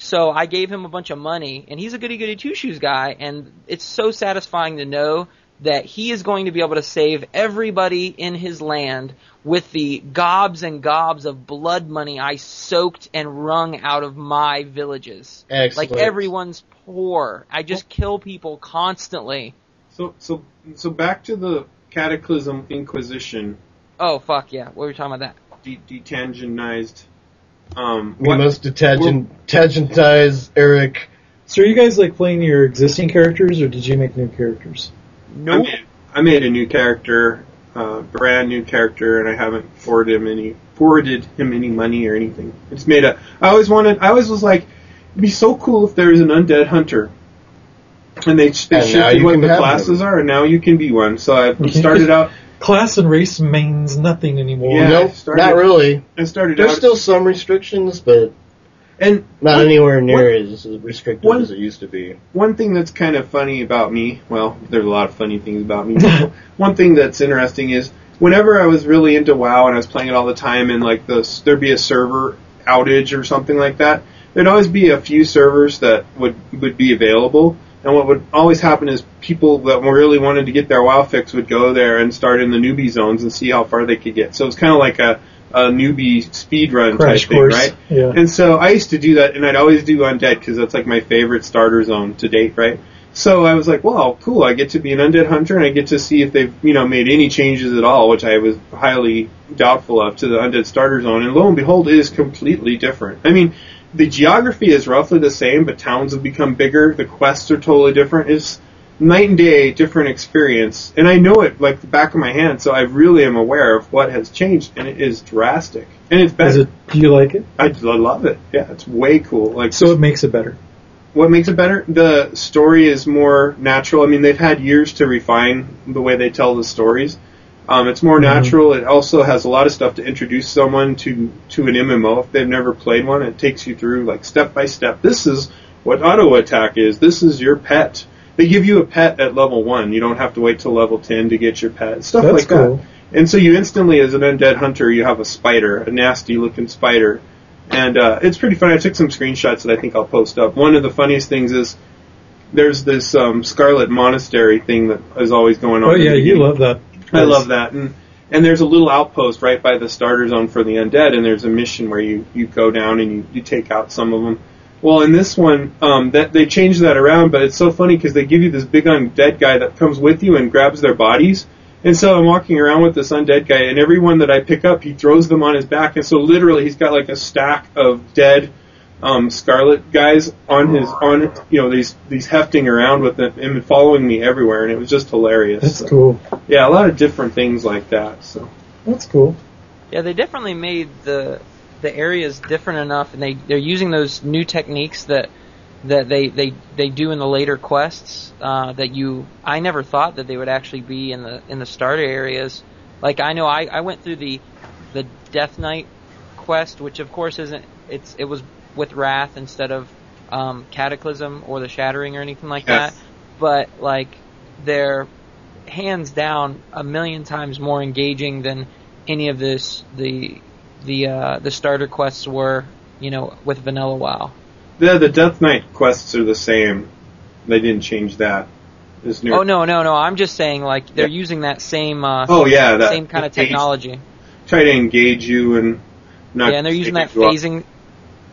Speaker 4: So I gave him a bunch of money, and he's a goody goody two shoes guy, and it's so satisfying to know that he is going to be able to save everybody in his land with the gobs and gobs of blood money I soaked and wrung out of my villages.
Speaker 3: Excellent.
Speaker 4: Like everyone's poor. I just kill people constantly.
Speaker 5: So so so back to the Cataclysm Inquisition
Speaker 4: Oh fuck yeah! What were we talking about that?
Speaker 5: de- detangenized. Um,
Speaker 3: We
Speaker 5: what-
Speaker 3: must detangentize Eric.
Speaker 2: So are you guys like playing your existing characters, or did you make new characters?
Speaker 5: I made, I made a new character, uh, brand new character, and I haven't forwarded him any forwarded him any money or anything. It's made a. I always wanted. I always was like, it'd be so cool if there was an undead hunter. And they they
Speaker 3: And now
Speaker 5: shifted
Speaker 3: you
Speaker 5: what
Speaker 3: can
Speaker 5: the
Speaker 3: have
Speaker 5: classes
Speaker 3: them.
Speaker 5: are, and now you can be one. So I started out.
Speaker 2: Class and race means nothing anymore.
Speaker 5: Yeah,
Speaker 3: nope,
Speaker 5: I started-
Speaker 3: not really.
Speaker 5: I started
Speaker 3: There's
Speaker 5: out
Speaker 3: still some restrictions, but
Speaker 5: and
Speaker 3: not
Speaker 5: one-
Speaker 3: anywhere near
Speaker 5: one-
Speaker 3: as restrictive
Speaker 5: one-
Speaker 3: as it used to be.
Speaker 5: one thing that's kind of funny about me, well, there's a lot of funny things about me. but one thing that's interesting is whenever I was really into WoW and I was playing it all the time, and like the there'd be a server outage or something like that, there'd always be a few servers that would would be available. And what would always happen is people that really wanted to get their WoW fix would go there and start in the newbie zones and see how far they could get. So it's kind of like a, a newbie speed run
Speaker 2: Crash
Speaker 5: type thing,
Speaker 2: course,
Speaker 5: right?
Speaker 2: yeah.
Speaker 5: And so I used to do that, and I'd always do undead because that's like my favorite starter zone to date, right? So I was like, "Wow, cool! I get to be an undead hunter, and I get to see if they've, you know, made any changes at all," which I was highly doubtful of to the undead starter zone. And lo and behold, it is completely different. I mean, the geography is roughly the same, but towns have become bigger. The quests are totally different. It's night and day different experience, and I know it like the back of my hand. So I really am aware of what has changed, and it is drastic. And it's better.
Speaker 2: Is it? Do you like it?
Speaker 5: I I love it. Yeah, it's way cool. Like
Speaker 2: So it makes it better.
Speaker 5: what makes it better? The story is more natural. I mean, they've had years to refine the way they tell the stories. Um, it's more
Speaker 2: Mm-hmm.
Speaker 5: natural. It also has a lot of stuff to introduce someone to to an MMO if they've never played one. It takes you through like step by step. This is what auto attack is. This is your pet. They give you a pet at level one. You don't have to wait till level ten to get your pet. Stuff
Speaker 2: That's
Speaker 5: like
Speaker 2: cool.
Speaker 5: that. And so you instantly, as an undead hunter, you have a spider, a nasty looking spider and uh, it's pretty funny. I took some screenshots that I think I'll post up. One of the funniest things is there's this um, Scarlet Monastery thing that is always going on.
Speaker 2: Oh
Speaker 5: in the
Speaker 2: yeah, you
Speaker 5: beginning.
Speaker 2: love that.
Speaker 5: I love that. And and there's a little outpost right by the starter zone for the undead, and there's a mission where you you go down and you you take out some of them. Well, in this one, um, that they changed that around, but it's so funny because they give you this big undead guy that comes with you and grabs their bodies. And so I'm walking around with this undead guy, and everyone that I pick up, he throws them on his back, and so literally he's got like a stack of dead um, Scarlet guys on his on you know these these hefting around with him and following me everywhere, and it was just hilarious.
Speaker 2: That's
Speaker 5: So-
Speaker 2: cool.
Speaker 5: yeah, a lot of different things like that. So
Speaker 2: That's cool.
Speaker 4: Yeah, they definitely made the the areas different enough, and they they're using those new techniques that that they they they do in the later quests uh, that you I never thought that they would actually be in the in the starter areas. Like I know I I went through the the Death Knight quest, which of course isn't it's it was with Wrath instead of um, Cataclysm or the Shattering or anything like
Speaker 5: Yes.
Speaker 4: that. But like they're hands down a million times more engaging than any of this the the uh, the starter quests were you know with vanilla WoW.
Speaker 5: the the Death Knight quests are the same. They didn't change that. This new.
Speaker 4: Oh no no no! I'm just saying like they're
Speaker 5: Yeah.
Speaker 4: using that same uh,
Speaker 5: Oh, yeah, that-
Speaker 4: same kind
Speaker 5: the
Speaker 4: of
Speaker 5: phase-
Speaker 4: technology.
Speaker 5: Try to engage you and not.
Speaker 4: Yeah, and they're using that
Speaker 5: take you off.
Speaker 4: phasing.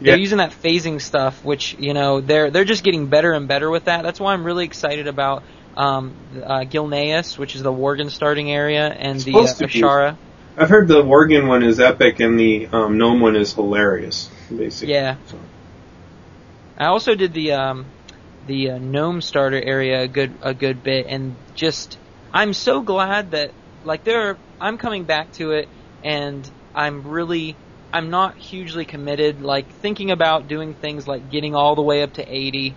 Speaker 5: Yeah.
Speaker 4: They're using that phasing stuff, which you know they're they're just getting better and better with that. That's why I'm really excited about um, uh, Gilneas, which is the Worgen starting area, and the uh,
Speaker 5: supposed to be.
Speaker 4: Ashara.
Speaker 5: I've heard the Worgen one is epic and the um, gnome one is hilarious. Basically.
Speaker 4: Yeah.
Speaker 5: So,
Speaker 4: I also did the um, the uh, gnome starter area a good a good bit, and just I'm so glad that like there are, I'm coming back to it, and I'm really I'm not hugely committed. Like thinking about doing things like getting all the way up to 80,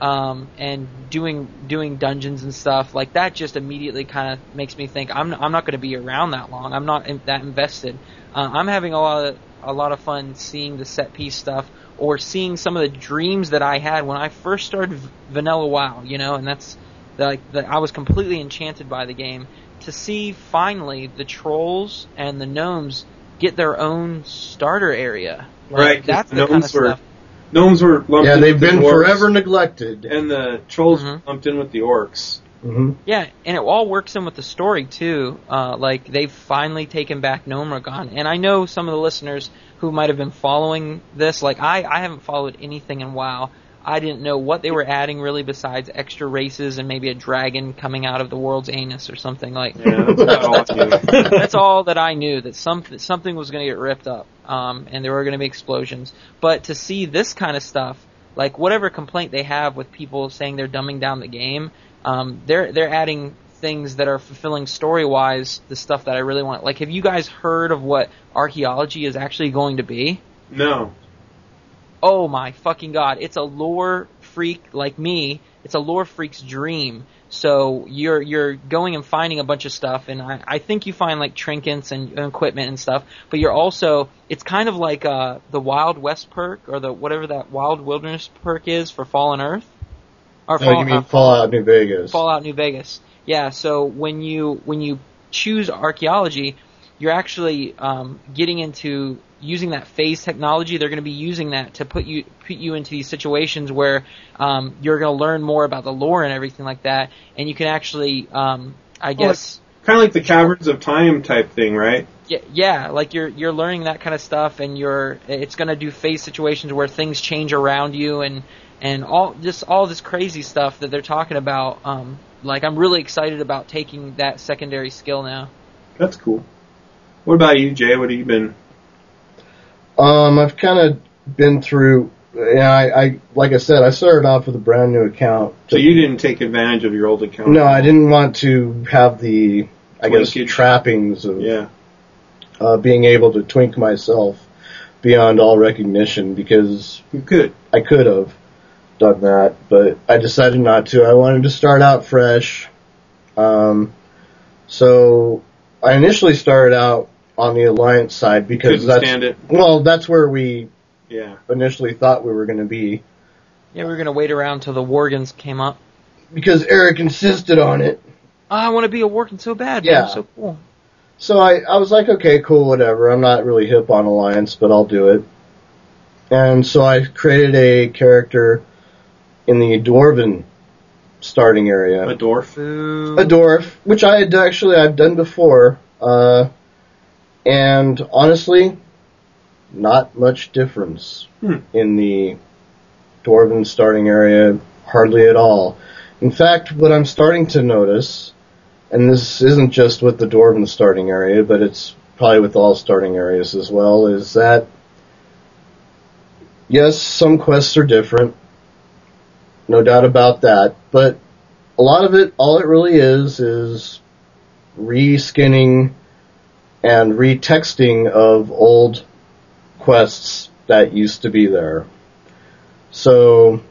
Speaker 4: um, and doing doing dungeons and stuff like that just immediately kind of makes me think I'm I'm not going to be around that long. I'm not in, that invested. Uh, I'm having a lot of a lot of fun seeing the set piece stuff or seeing some of the dreams that I had when I first started v- Vanilla WoW. You know, and that's like the, I was completely enchanted by the game. To see finally the trolls and the gnomes get their own starter area. Like,
Speaker 5: Right, 'cause
Speaker 4: That's
Speaker 5: the
Speaker 4: the kind of
Speaker 5: gnomes were-
Speaker 4: stuff.
Speaker 5: Gnomes were lumped.
Speaker 3: Yeah,
Speaker 5: in
Speaker 3: they've
Speaker 5: with the
Speaker 3: been
Speaker 5: dwarves,
Speaker 3: forever neglected.
Speaker 5: And the trolls
Speaker 4: Mhm.
Speaker 5: lumped in with the orcs.
Speaker 3: hmm
Speaker 4: Yeah, and it all works in with the story too. Uh, like they've finally taken back Nomragon, and I know some of the listeners who might have been following this. Like I, I haven't followed anything in WoW. I didn't know what they were adding really besides extra races and maybe a dragon coming out of the world's anus or something like.
Speaker 5: Yeah, that's about all I knew.
Speaker 4: That's all that I knew that some that something was going to get ripped up, um, and there were going to be explosions. But to see this kind of stuff, like whatever complaint they have with people saying they're dumbing down the game, um, they're they're adding things that are fulfilling story wise the stuff that I really want. Like, have you guys heard of what archaeology is actually going to be?
Speaker 5: No.
Speaker 4: oh my fucking god, it's a lore freak like me. It's a lore freak's dream. So you're you're going and finding a bunch of stuff, and I, I think you find like trinkets and, and equipment and stuff. But you're also it's kind of like uh, the Wild West perk or the whatever that Wild Wilderness perk is for Fallen Earth.
Speaker 3: Oh,
Speaker 4: Or
Speaker 3: you
Speaker 4: Fallen- uh,
Speaker 3: mean Fallout New Vegas?
Speaker 4: Fallout New Vegas. Yeah, so when you when you choose archaeology, you're actually um, getting into using that phase technology. They're going to be using that to put you put you into these situations where um, you're going to learn more about the lore and everything like that, and you can actually, um, I guess,
Speaker 5: Kind of like the Caverns of Time type thing, right?
Speaker 4: yeah, yeah, like you're you're learning that kind of stuff, and you're it's going to do phase situations where things change around you and and all just all this crazy stuff that they're talking about. Um, like I'm really excited about taking that secondary skill now.
Speaker 5: That's cool. What about you, Jay? What have you been?
Speaker 3: Um, I've kind of been through. Yeah, I, I like I said, I started off with a brand new account.
Speaker 5: So you didn't take advantage of your old account?
Speaker 3: No, I didn't want to have the I guess
Speaker 5: Linkage.
Speaker 3: trappings of
Speaker 5: Yeah.
Speaker 3: uh, being able to twink myself beyond all recognition because
Speaker 5: You could.
Speaker 3: I could have done that, but I decided not to. I wanted to start out fresh. Um, so I initially started out on the alliance side because
Speaker 5: Couldn't
Speaker 3: that's
Speaker 5: stand it.
Speaker 3: well, that's where we
Speaker 5: Yeah.
Speaker 3: initially thought we were going to be
Speaker 4: Yeah, we were going to wait around till the Worgans came up. Oh,
Speaker 3: because Eric insisted on it.
Speaker 4: I want to be a working so bad.
Speaker 3: Yeah.
Speaker 4: Yeah, so cool.
Speaker 3: So I, I was like, okay, cool, whatever. I'm not really hip on Alliance, but I'll do it. And so I created a character in the Dwarven starting area.
Speaker 5: A dwarf.
Speaker 4: Boo.
Speaker 3: a dwarf, which I had actually I've done before, uh, and honestly, not much difference
Speaker 5: Hmm.
Speaker 3: in the dwarven starting area, hardly at all. In fact, what I'm starting to notice, and this isn't just with the dwarven starting area, but it's probably with all starting areas as well, is that yes, some quests are different, no doubt about that, but a lot of it, all it really is, is reskinning and retexting of old quests that used to be there. So,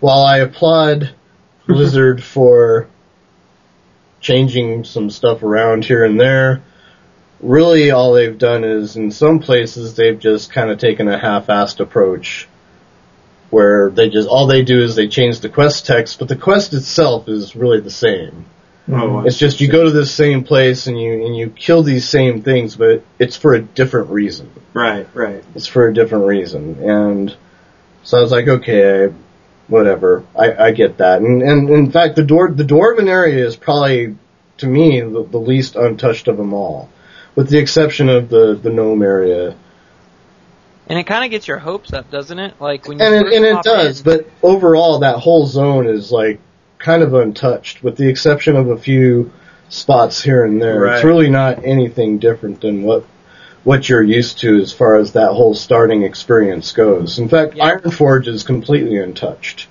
Speaker 3: while I applaud Blizzard for changing some stuff around here and there, really all they've done is, in some places, they've just kind of taken a half-assed approach where they just all they do is they change the quest text, but the quest itself is really the same.
Speaker 5: Oh,
Speaker 3: It's just you go to this same place and you and you kill these same things, but it's for a different reason.
Speaker 5: right, right.
Speaker 3: It's for a different reason, and so I was like, okay, I, whatever, I, I get that. And and in fact, the dwar- the dwarven area is probably to me the, the least untouched of them all, with the exception of the the gnome area.
Speaker 4: and it kind of gets your hopes up, doesn't it? Like when you
Speaker 3: and it,
Speaker 4: first
Speaker 3: and it
Speaker 4: pop
Speaker 3: does,
Speaker 4: in,
Speaker 3: but overall, that whole zone is like kind of untouched, with the exception of a few spots here and there. It's
Speaker 5: Right.
Speaker 3: really not anything different than what what you're used to as far as that whole starting experience goes. In fact,
Speaker 4: Yeah.
Speaker 3: Iron Forge is completely untouched.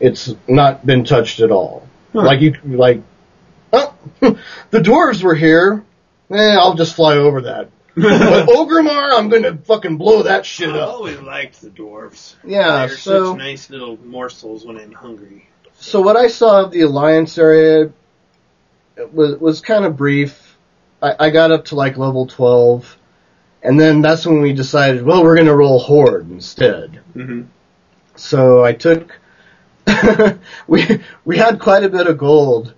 Speaker 3: It's not been touched at all. Like you, like oh, the dwarves were here. Eh, I'll just fly over that. but Ogrimmar, I'm gonna fucking blow that shit
Speaker 5: I
Speaker 3: up.
Speaker 5: always liked the dwarves.
Speaker 3: Yeah,
Speaker 5: They're
Speaker 3: so
Speaker 5: such nice little morsels when I'm hungry.
Speaker 3: so what I saw of the alliance area it was was kind of brief. I, I got up to like level twelve, and then that's when we decided, well, we're gonna roll horde instead.
Speaker 5: Mm-hmm.
Speaker 3: So I took. we we had quite a bit of gold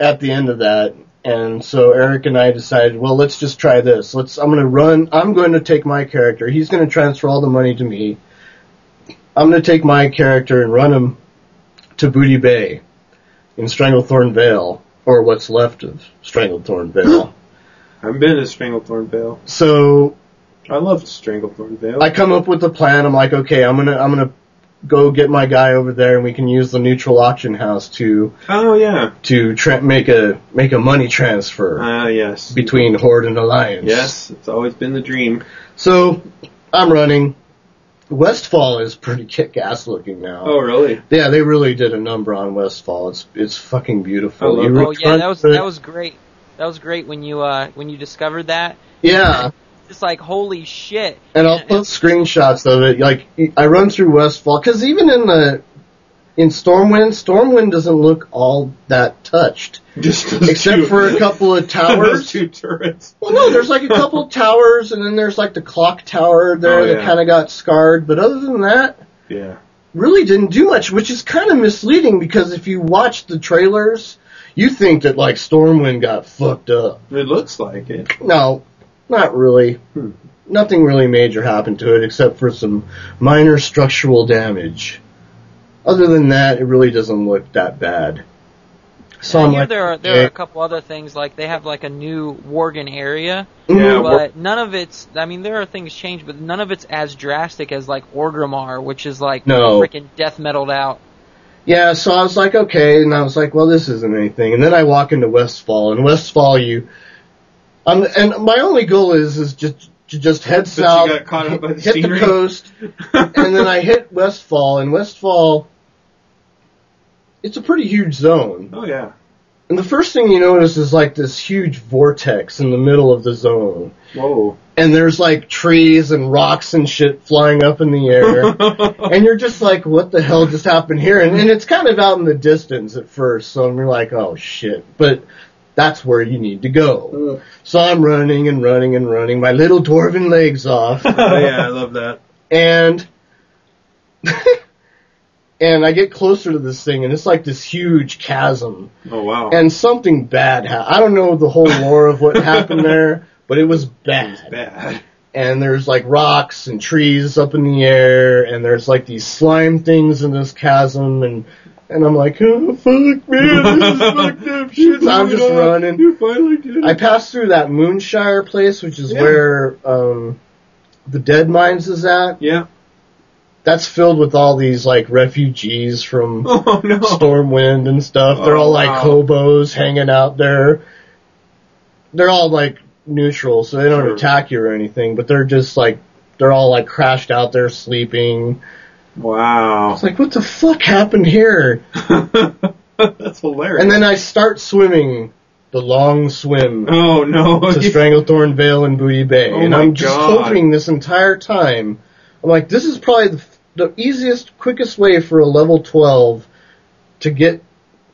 Speaker 3: at the end of that, and so Eric and I decided, well, let's just try this. Let's. I'm gonna run. I'm going to take my character. He's gonna transfer all the money to me. I'm gonna take my character and run him to Booty Bay in Stranglethorn Vale, or what's left of Stranglethorn Vale.
Speaker 5: I've been to Stranglethorn Vale.
Speaker 3: so
Speaker 5: I love Stranglethorn Vale.
Speaker 3: I come up with a plan. I'm like, okay, I'm gonna I'm gonna go get my guy over there, and we can use the neutral auction house to
Speaker 5: oh yeah.
Speaker 3: to tra- make a make a money transfer
Speaker 5: Ah yes.
Speaker 3: between Horde and Alliance.
Speaker 5: Yes, it's always been the dream.
Speaker 3: So I'm running. Westfall is pretty kick ass looking now.
Speaker 5: Oh really?
Speaker 3: Yeah, they really did a number on Westfall. It's it's fucking beautiful.
Speaker 5: I love-
Speaker 3: You
Speaker 4: Oh yeah,
Speaker 3: return
Speaker 4: that was
Speaker 3: to it-
Speaker 4: that was great. That was great when you uh when you discovered that.
Speaker 3: yeah.
Speaker 4: It's like holy shit.
Speaker 3: and I'll put screenshots of it. Like I run through Westfall because even in the in Stormwind, Stormwind doesn't look all that touched,
Speaker 5: Just those
Speaker 3: except
Speaker 5: two-
Speaker 3: for a couple of
Speaker 5: those
Speaker 3: towers.
Speaker 5: two turrets.
Speaker 3: Well, no, there's like a couple of towers, and then there's like the clock tower there
Speaker 5: Oh,
Speaker 3: that
Speaker 5: yeah.
Speaker 3: kind of got scarred. But other than that,
Speaker 5: Yeah.
Speaker 3: really didn't do much, which is kind of misleading because if you watch the trailers, you think that like Stormwind got fucked up.
Speaker 5: It looks like it.
Speaker 3: No, not really.
Speaker 5: Hmm.
Speaker 3: Nothing really major happened to it except for some minor structural damage. Other than that, it really doesn't look that bad.
Speaker 4: I
Speaker 3: Some
Speaker 4: hear
Speaker 3: like-
Speaker 4: there are there are
Speaker 3: Yeah.
Speaker 4: a couple other things like they have like a new Worgen area,
Speaker 3: Mm-hmm.
Speaker 5: Yeah, Wor-
Speaker 4: but none of it's. I mean, there are things changed, but none of it's as drastic as like Orgrimmar, which is like
Speaker 3: No.
Speaker 4: freaking death metaled out.
Speaker 3: Yeah, so I was like, okay, and I was like, well, this isn't anything. And then I walk into Westfall, and Westfall, you, um, and my only goal is is just to just head
Speaker 5: you
Speaker 3: south,
Speaker 5: got caught up by the
Speaker 3: hit hit
Speaker 5: scenery.
Speaker 3: the coast, and then I hit Westfall, and Westfall, it's a pretty huge zone.
Speaker 5: oh yeah.
Speaker 3: And the first thing you notice is like this huge vortex in the middle of the zone,
Speaker 5: Whoa.
Speaker 3: and there's like trees and rocks and shit flying up in the air. and you're just like, what the hell just happened here? And, and it's kind of out in the distance at first, so you're like, oh shit, but that's where you need to go. So I'm running and running and running my little dwarven legs off,
Speaker 5: oh yeah, I love that.
Speaker 3: and and I get closer to this thing, and it's like this huge chasm,
Speaker 5: Oh wow.
Speaker 3: and something bad. Ha- I don't know the whole lore of what happened there, but it was bad
Speaker 5: Bad.
Speaker 3: and there's like rocks and trees up in the air, and there's like these slime things in this chasm, and and I'm like, oh fuck, man, this is fucked up shit. So I'm just running.
Speaker 5: You finally did it.
Speaker 3: I pass through that Moonshire place, which is
Speaker 5: Yeah.
Speaker 3: where um, the Dead Mines is at.
Speaker 5: yeah.
Speaker 3: That's filled with all these like refugees from
Speaker 5: Oh no.
Speaker 3: Stormwind and stuff. They're
Speaker 5: Oh,
Speaker 3: all like
Speaker 5: wow.
Speaker 3: hobos hanging out there. They're all like neutral, so they don't
Speaker 5: Sure.
Speaker 3: attack you or anything, but they're just like, they're all like crashed out there sleeping.
Speaker 5: Wow.
Speaker 3: It's like, what the fuck happened here?
Speaker 5: That's hilarious.
Speaker 3: And then I start swimming the long swim
Speaker 5: oh no.
Speaker 3: to
Speaker 5: You-
Speaker 3: Stranglethorn Vale and Booty Bay.
Speaker 5: Oh
Speaker 3: and
Speaker 5: my
Speaker 3: I'm just
Speaker 5: God.
Speaker 3: hoping this entire time, I'm like, this is probably the, f- the easiest, quickest way for a level 12 to get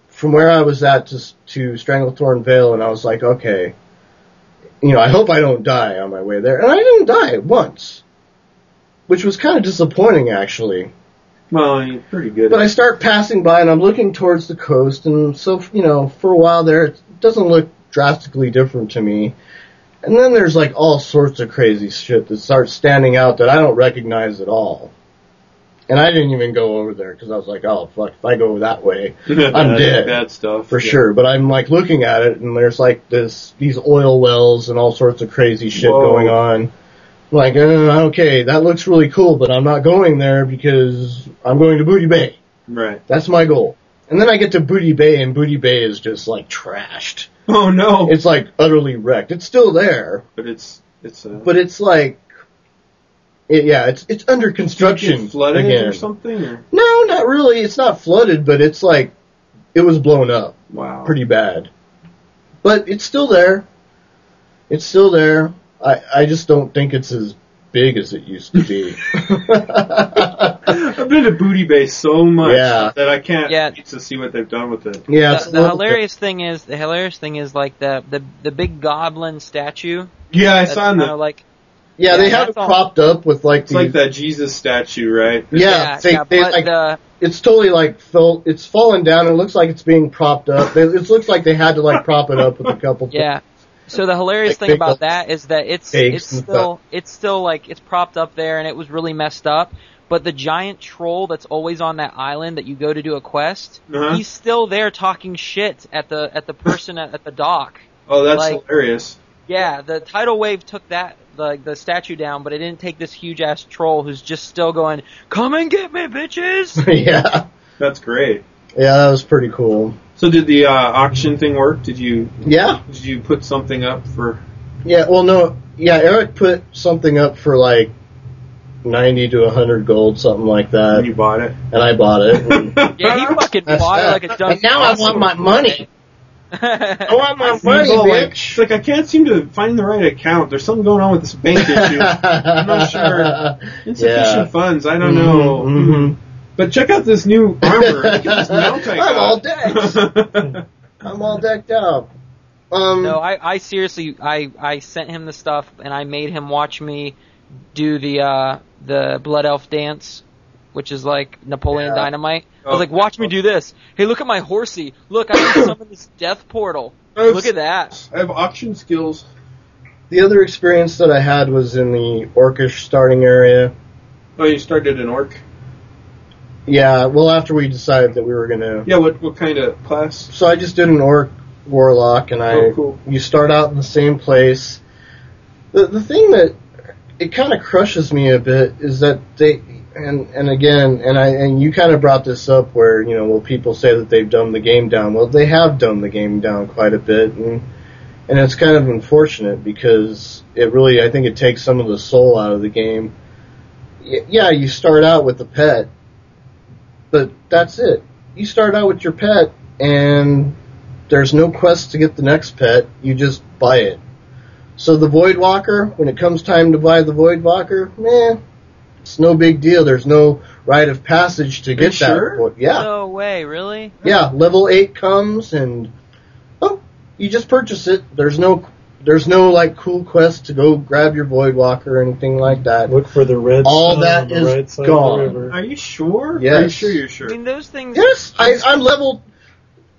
Speaker 3: from where I was at to, s- to Stranglethorn Vale. And I was like, okay, you know, I hope I don't die on my way there. And I didn't die once. Which was kind of disappointing, actually.
Speaker 5: well, you're pretty good.
Speaker 3: But I
Speaker 5: at-
Speaker 3: start passing by, and I'm looking towards the coast, and so you know, for a while there, it doesn't look drastically different to me. And then there's like all sorts of crazy shit that starts standing out that I don't recognize at all. And I didn't even go over there because I was like, oh fuck, if I go that way, I'm
Speaker 5: That's
Speaker 3: dead
Speaker 5: Bad stuff.
Speaker 3: for
Speaker 5: Yeah.
Speaker 3: sure. But I'm like looking at it, and there's like this these oil wells and all sorts of crazy shit
Speaker 5: Whoa.
Speaker 3: going on. I'm like, uh, okay, that looks really cool, but I'm not going there because I'm going to Booty Bay.
Speaker 5: Right.
Speaker 3: That's my goal. And then I get to Booty Bay, and Booty Bay is just like trashed.
Speaker 5: Oh no.
Speaker 3: It's like utterly wrecked. It's still there,
Speaker 5: but it's it's uh, a
Speaker 3: but it's like, it, yeah, it's it's under construction
Speaker 5: flooded
Speaker 3: again.
Speaker 5: or something. Or?
Speaker 3: No, not really. It's not flooded, but it's like it was blown up
Speaker 5: Wow.
Speaker 3: pretty bad. But it's still there. It's still there. I I just don't think it's as big as it used to be.
Speaker 5: I've been to Booty Bay so much
Speaker 3: Yeah.
Speaker 5: that I can't
Speaker 4: Yeah.
Speaker 5: wait to see what they've done with it.
Speaker 3: yeah, it's
Speaker 4: the,
Speaker 3: a
Speaker 4: the
Speaker 3: little bit-
Speaker 4: hilarious thing is the hilarious thing is like the the, the big goblin statue.
Speaker 5: Yeah, I
Speaker 4: That's
Speaker 5: saw in
Speaker 4: kind
Speaker 5: the.
Speaker 4: of like
Speaker 3: Yeah,
Speaker 4: yeah,
Speaker 3: they have it
Speaker 4: that's all.
Speaker 3: propped up with like
Speaker 5: it's
Speaker 3: these.
Speaker 5: like that Jesus statue, right?
Speaker 3: Yeah, they,
Speaker 4: yeah,
Speaker 3: they
Speaker 4: but
Speaker 3: like
Speaker 4: the
Speaker 3: it's totally like fell, it's fallen down. and It looks like it's being propped up. They- It looks like they had to like prop it up with a couple.
Speaker 4: yeah. So the hilarious
Speaker 3: Like
Speaker 4: thing
Speaker 3: big
Speaker 4: about
Speaker 3: old
Speaker 4: that is that it's
Speaker 3: cakes
Speaker 4: it's
Speaker 3: and
Speaker 4: still it's still like it's propped up there and it was really messed up. But the giant troll that's always on that island that you go to do a quest,
Speaker 5: Uh-huh.
Speaker 4: he's still there talking shit at the at the person at, at the dock.
Speaker 5: Oh, that's
Speaker 4: Like-
Speaker 5: hilarious.
Speaker 4: Yeah, the tidal wave took that the the statue down, but it didn't take this huge ass troll who's just still going, "Come and get me, bitches!"
Speaker 3: things. yeah,
Speaker 5: That's great.
Speaker 3: yeah, that was pretty cool.
Speaker 5: So did the uh, auction thing work? Did you
Speaker 3: Yeah,
Speaker 5: did you put something up for?
Speaker 3: yeah. Well, no, yeah. Eric put something up for like ninety to hundred gold, something like
Speaker 5: when
Speaker 3: that,
Speaker 5: you bought it.
Speaker 3: and I bought it. And
Speaker 4: Yeah, he fucking
Speaker 3: that's
Speaker 4: bought it
Speaker 3: that.
Speaker 4: like a dumb.
Speaker 3: And now I want my money. I want my money,
Speaker 5: It's all like, it's
Speaker 3: bitch.
Speaker 5: like I can't seem to find the right account. There's something going on with this bank issue.
Speaker 3: I'm
Speaker 5: not sure. Insufficient
Speaker 3: Yeah.
Speaker 5: funds. I don't know.
Speaker 4: Mm-hmm,
Speaker 3: hmm
Speaker 5: But check out this new armor. Look at this mount I
Speaker 3: I'm
Speaker 5: got.
Speaker 3: all decked. I'm all decked out. Um,
Speaker 4: No, I, I seriously, I, I sent him the stuff and I made him watch me do the uh, the blood elf dance which is like Napoleon
Speaker 5: Yeah.
Speaker 4: Dynamite. I
Speaker 5: Oh.
Speaker 4: was like, watch me do this. Hey, look at my horsey. Look, I can summon this death portal.
Speaker 5: Oops.
Speaker 4: Look at that.
Speaker 5: I have auction skills.
Speaker 3: The other experience that I had was in the orcish starting area.
Speaker 5: Oh, you started an orc.
Speaker 3: Yeah, well, after we decided that we were gonna,
Speaker 5: Yeah. What what kind of class?
Speaker 3: so I just did an orc warlock, and I
Speaker 5: Oh, cool.
Speaker 3: you start out in the same place. The the thing that it kind of crushes me a bit is that they and and again and I and you kind of brought this up where you know well people say that they've dumbed the game down. Well, they have dumbed the game down quite a bit, and and it's kind of unfortunate because it really I think it takes some of the soul out of the game. Y- Yeah, you start out with a pet, but that's it. You start out with your pet and there's no quest to get the next pet. You just buy it. So the Void Walker, when it comes time to buy the Void Walker, man, it's no big deal. There's no rite of passage to get that.
Speaker 5: sure? Oh.
Speaker 3: Void- Yeah,
Speaker 4: No way, really?
Speaker 3: yeah. Level eight comes and oh, you just purchase it. There's no, there's no like cool quest to go grab your Void Walker or anything like that.
Speaker 2: Look for the red.
Speaker 3: All
Speaker 2: sun
Speaker 3: that
Speaker 2: on the
Speaker 3: is
Speaker 2: right side
Speaker 3: gone.
Speaker 2: Of the river.
Speaker 5: Are you sure?
Speaker 3: Yes.
Speaker 5: Are you sure you're
Speaker 4: I
Speaker 5: sure?
Speaker 4: mean, those things.
Speaker 3: Yes, I, I'm level.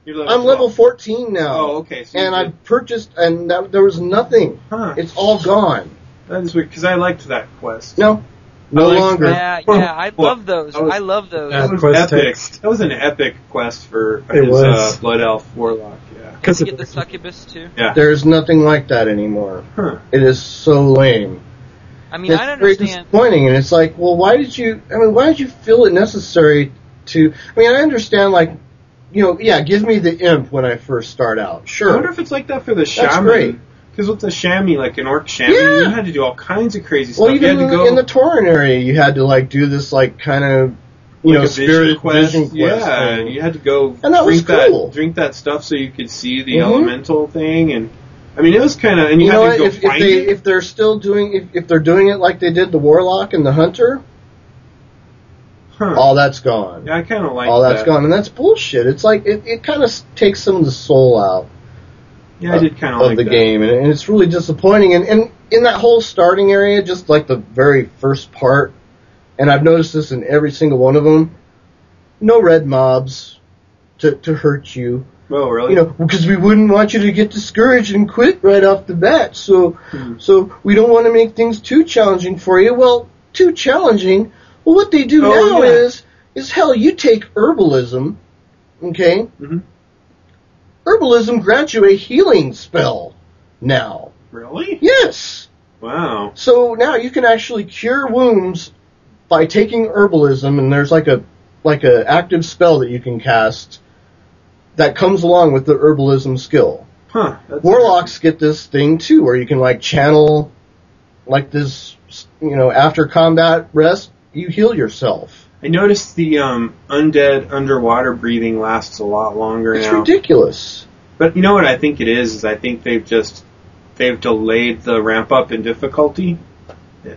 Speaker 5: You're
Speaker 3: I'm level
Speaker 5: 12.
Speaker 3: fourteen now.
Speaker 5: Oh, okay. So
Speaker 3: and
Speaker 5: you
Speaker 3: I
Speaker 5: did-
Speaker 3: purchased, and that, there was nothing.
Speaker 5: Huh.
Speaker 3: It's all gone.
Speaker 5: That is weird because I liked that quest.
Speaker 3: No, no
Speaker 5: I like
Speaker 3: longer.
Speaker 4: Yeah, yeah. I love those.
Speaker 5: I was-
Speaker 4: I love those.
Speaker 2: Yeah.
Speaker 5: That was
Speaker 2: Quest
Speaker 5: epic.
Speaker 2: text.
Speaker 5: That was an epic quest for
Speaker 2: It
Speaker 5: his
Speaker 2: was.
Speaker 5: Uh, blood elf warlock. Yeah.
Speaker 2: Because
Speaker 4: You get
Speaker 2: it,
Speaker 4: the succubus too.
Speaker 5: Yeah.
Speaker 3: There's nothing like that anymore.
Speaker 5: Huh.
Speaker 3: It is so lame.
Speaker 4: I mean,
Speaker 3: it's
Speaker 4: I don't
Speaker 3: very
Speaker 4: understand.
Speaker 3: disappointing, and it's like, well, why did you? I mean, why did you feel it necessary to? I mean, I understand, like, you know, yeah, give me the imp when I first start out,
Speaker 5: I wonder
Speaker 3: sure.
Speaker 5: if it's like that for the shaman.
Speaker 3: great.
Speaker 5: Because with the chamois, like an orc chamois,
Speaker 3: Yeah.
Speaker 5: you had to do all kinds of crazy
Speaker 3: Well,
Speaker 5: stuff. You
Speaker 3: even
Speaker 5: had to
Speaker 3: in,
Speaker 5: go
Speaker 3: in the Tauran area, you had to like do this, like, kind of, you
Speaker 5: like
Speaker 3: know,
Speaker 5: a vision
Speaker 3: spirit
Speaker 5: quest.
Speaker 3: vision quest.
Speaker 5: yeah,
Speaker 3: thing.
Speaker 5: you had to go
Speaker 3: And that was
Speaker 5: drink
Speaker 3: cool.
Speaker 5: that drink that stuff so you could see the
Speaker 3: Mhm.
Speaker 5: elemental thing, and I mean it was kind of and you,
Speaker 3: You know
Speaker 5: had
Speaker 3: what?
Speaker 5: to go
Speaker 3: If, if
Speaker 5: find
Speaker 3: they
Speaker 5: it.
Speaker 3: if they're still doing if, if they're doing it like they did the warlock and the hunter,
Speaker 5: Huh.
Speaker 3: all that's gone.
Speaker 5: yeah, I kind of like
Speaker 3: all
Speaker 5: that.
Speaker 3: that's gone, and that's bullshit. It's like it, it kind of takes some of the soul out
Speaker 5: Yeah, I did kind
Speaker 3: of
Speaker 5: of like
Speaker 3: the
Speaker 5: that.
Speaker 3: game, and, and it's really disappointing. And, and in that whole starting area, just like the very first part, and I've noticed this in every single one of them. No red mobs to to hurt you,
Speaker 5: Oh,
Speaker 3: you
Speaker 5: really?
Speaker 3: know, because we wouldn't want you to get discouraged and quit right off the bat. So
Speaker 5: Hmm.
Speaker 3: so we don't want to make things too challenging for you. Well, too challenging. Well, what they do
Speaker 5: Oh,
Speaker 3: now
Speaker 5: yeah.
Speaker 3: is is hell. You take herbalism, okay?
Speaker 5: Mhm.
Speaker 3: Herbalism grants you a healing spell now.
Speaker 5: really?
Speaker 3: Yes.
Speaker 5: Wow.
Speaker 3: So now you can actually cure wounds by taking herbalism, and there's like a like a active spell that you can cast that comes along with the herbalism skill.
Speaker 5: Huh. That's
Speaker 3: Warlocks get this thing too, where you can like channel, like this, you know, after combat rest, you heal yourself.
Speaker 5: I noticed the um, undead underwater breathing lasts a lot longer
Speaker 3: It's
Speaker 5: now.
Speaker 3: ridiculous.
Speaker 5: But you know what I think it is? Is I think they've just they've delayed the ramp up in difficulty.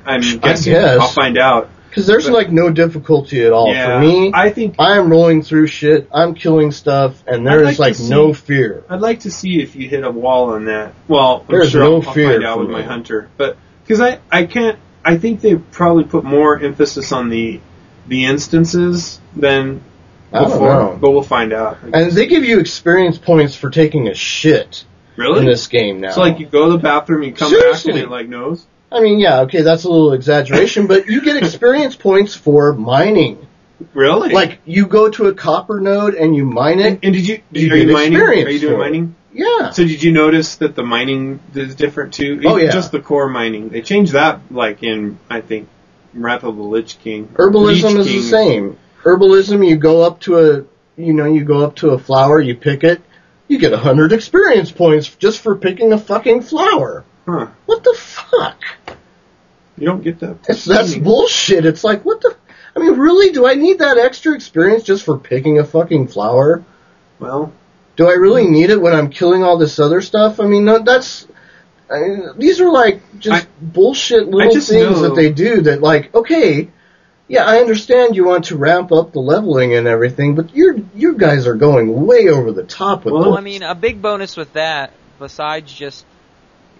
Speaker 5: I'm guessing.
Speaker 3: guess.
Speaker 5: I'll find out.
Speaker 3: Because there's
Speaker 5: But-
Speaker 3: like no difficulty at all
Speaker 5: yeah,
Speaker 3: for me.
Speaker 5: I think
Speaker 3: I am rolling through shit. I'm killing stuff, and there
Speaker 5: I'd
Speaker 3: is
Speaker 5: like
Speaker 3: like
Speaker 5: to
Speaker 3: no
Speaker 5: see-
Speaker 3: fear.
Speaker 5: I'd like to see if you hit a wall on that. Well, I'm
Speaker 3: There's
Speaker 5: sure
Speaker 3: no
Speaker 5: I'll, I'll
Speaker 3: fear
Speaker 5: find out
Speaker 3: for
Speaker 5: with
Speaker 3: me.
Speaker 5: my hunter, but because I I can't. I think they probably put more emphasis on the the instances than
Speaker 3: I don't
Speaker 5: before,
Speaker 3: know.
Speaker 5: but we'll find out.
Speaker 3: And they give you experience points for taking a shit
Speaker 5: really?
Speaker 3: in this game now.
Speaker 5: So like you go to the bathroom, you come back,
Speaker 3: Seriously.
Speaker 5: and it like knows.
Speaker 3: I mean, yeah, okay, that's a little exaggeration, but you get experience points for mining.
Speaker 5: Really?
Speaker 3: Like you go to a copper node and you mine
Speaker 5: and,
Speaker 3: it.
Speaker 5: and did you?
Speaker 3: you
Speaker 5: are you
Speaker 3: get
Speaker 5: mining? Are
Speaker 3: experience
Speaker 5: you doing
Speaker 3: for it.
Speaker 5: mining?
Speaker 3: Yeah.
Speaker 5: So did you notice that the mining is different too?
Speaker 3: Oh, yeah.
Speaker 5: Just the core mining. They changed that like in I think Wrath of the Lich King. or
Speaker 3: Herbalism
Speaker 5: Leech
Speaker 3: is
Speaker 5: King.
Speaker 3: the same. Herbalism, you go up to a, you know, you go up to a flower, you pick it, you get a hundred experience points just for picking a fucking flower.
Speaker 5: Huh.
Speaker 3: What the fuck?
Speaker 5: You don't get that.
Speaker 3: It's, that's
Speaker 5: Hmm.
Speaker 3: bullshit. It's like what the. I mean, really? Do I need that extra experience just for picking a fucking flower?
Speaker 5: Well,
Speaker 3: Do I really
Speaker 5: Hmm.
Speaker 3: need it when I'm killing all this other stuff? I mean, no, that's. I mean, these are like just
Speaker 5: I-
Speaker 3: bullshit little
Speaker 5: I just
Speaker 3: things
Speaker 5: know-
Speaker 3: that they do that, like, okay, yeah, I understand you want to ramp up the leveling and everything, but you're you guys are going way over the top with
Speaker 5: Well,
Speaker 3: this.
Speaker 4: Well, I mean, a big bonus with that, besides just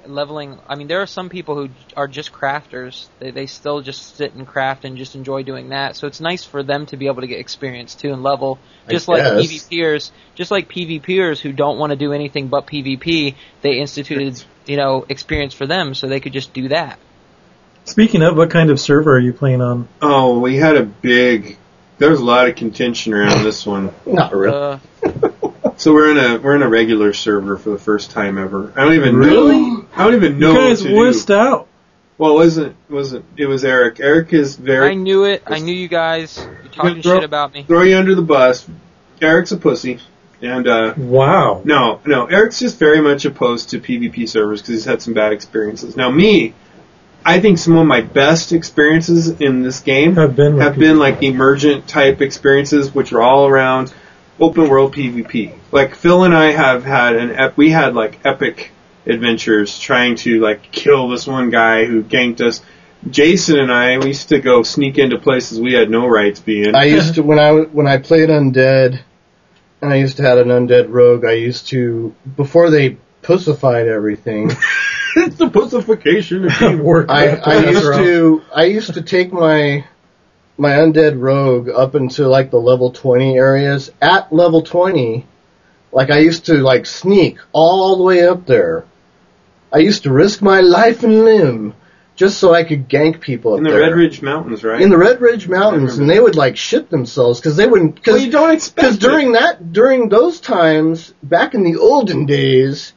Speaker 4: leveling. I mean, there are some people who are just crafters. They they still just sit and craft and just enjoy doing that. So it's nice for them to be able to get experience too and level.
Speaker 3: I
Speaker 4: Just like
Speaker 3: guess.
Speaker 4: PvPers, just like PvPers who don't want to do anything but PvP, they instituted you know experience for them so they could just do that.
Speaker 2: Speaking of, what kind of server are you playing on?
Speaker 5: Oh, we had a big. There was a lot of contention around this one.
Speaker 3: Not really.
Speaker 4: Uh,
Speaker 5: So we're in a we're in a regular server for the first time ever. I don't even know.
Speaker 2: Really?
Speaker 5: I don't even know
Speaker 2: you guys
Speaker 5: what to
Speaker 2: wussed
Speaker 5: do.
Speaker 2: out.
Speaker 5: Well, it wasn't wasn't it was Eric? Eric is very
Speaker 4: I knew it. I knew you guys. You're talking
Speaker 5: Throw-
Speaker 4: shit about me.
Speaker 5: throw you under the bus. Eric's a pussy, and uh,
Speaker 2: Wow.
Speaker 5: no, no, Eric's just very much opposed to PvP servers because he's had some bad experiences. Now me, I think some of my best experiences in this game
Speaker 2: Have been with
Speaker 5: have been like emergent type experiences, which are all around open world PvP. Like Phil and I have had an ep- we had like epic adventures trying to like kill this one guy who ganked us. Jason and I, we used to go sneak into places we had no right to be in.
Speaker 3: I used to when I when I played undead, and I used to had an undead rogue. I used to before they pussified everything.
Speaker 5: it's the pussification of game.
Speaker 2: Work
Speaker 3: I,
Speaker 2: left
Speaker 3: I
Speaker 2: and
Speaker 3: used
Speaker 2: right.
Speaker 3: to I used to take my my undead rogue up into like the level twenty areas. At level twenty, like I used to like sneak all the way up there. I used to risk my life and limb just so I could gank people up
Speaker 5: in the
Speaker 3: there.
Speaker 5: Red Ridge Mountains, right?
Speaker 3: in the Red Ridge Mountains, and they would like shit themselves because they wouldn't. Cause,
Speaker 5: well, you don't expect
Speaker 3: because during that during those times back in the olden days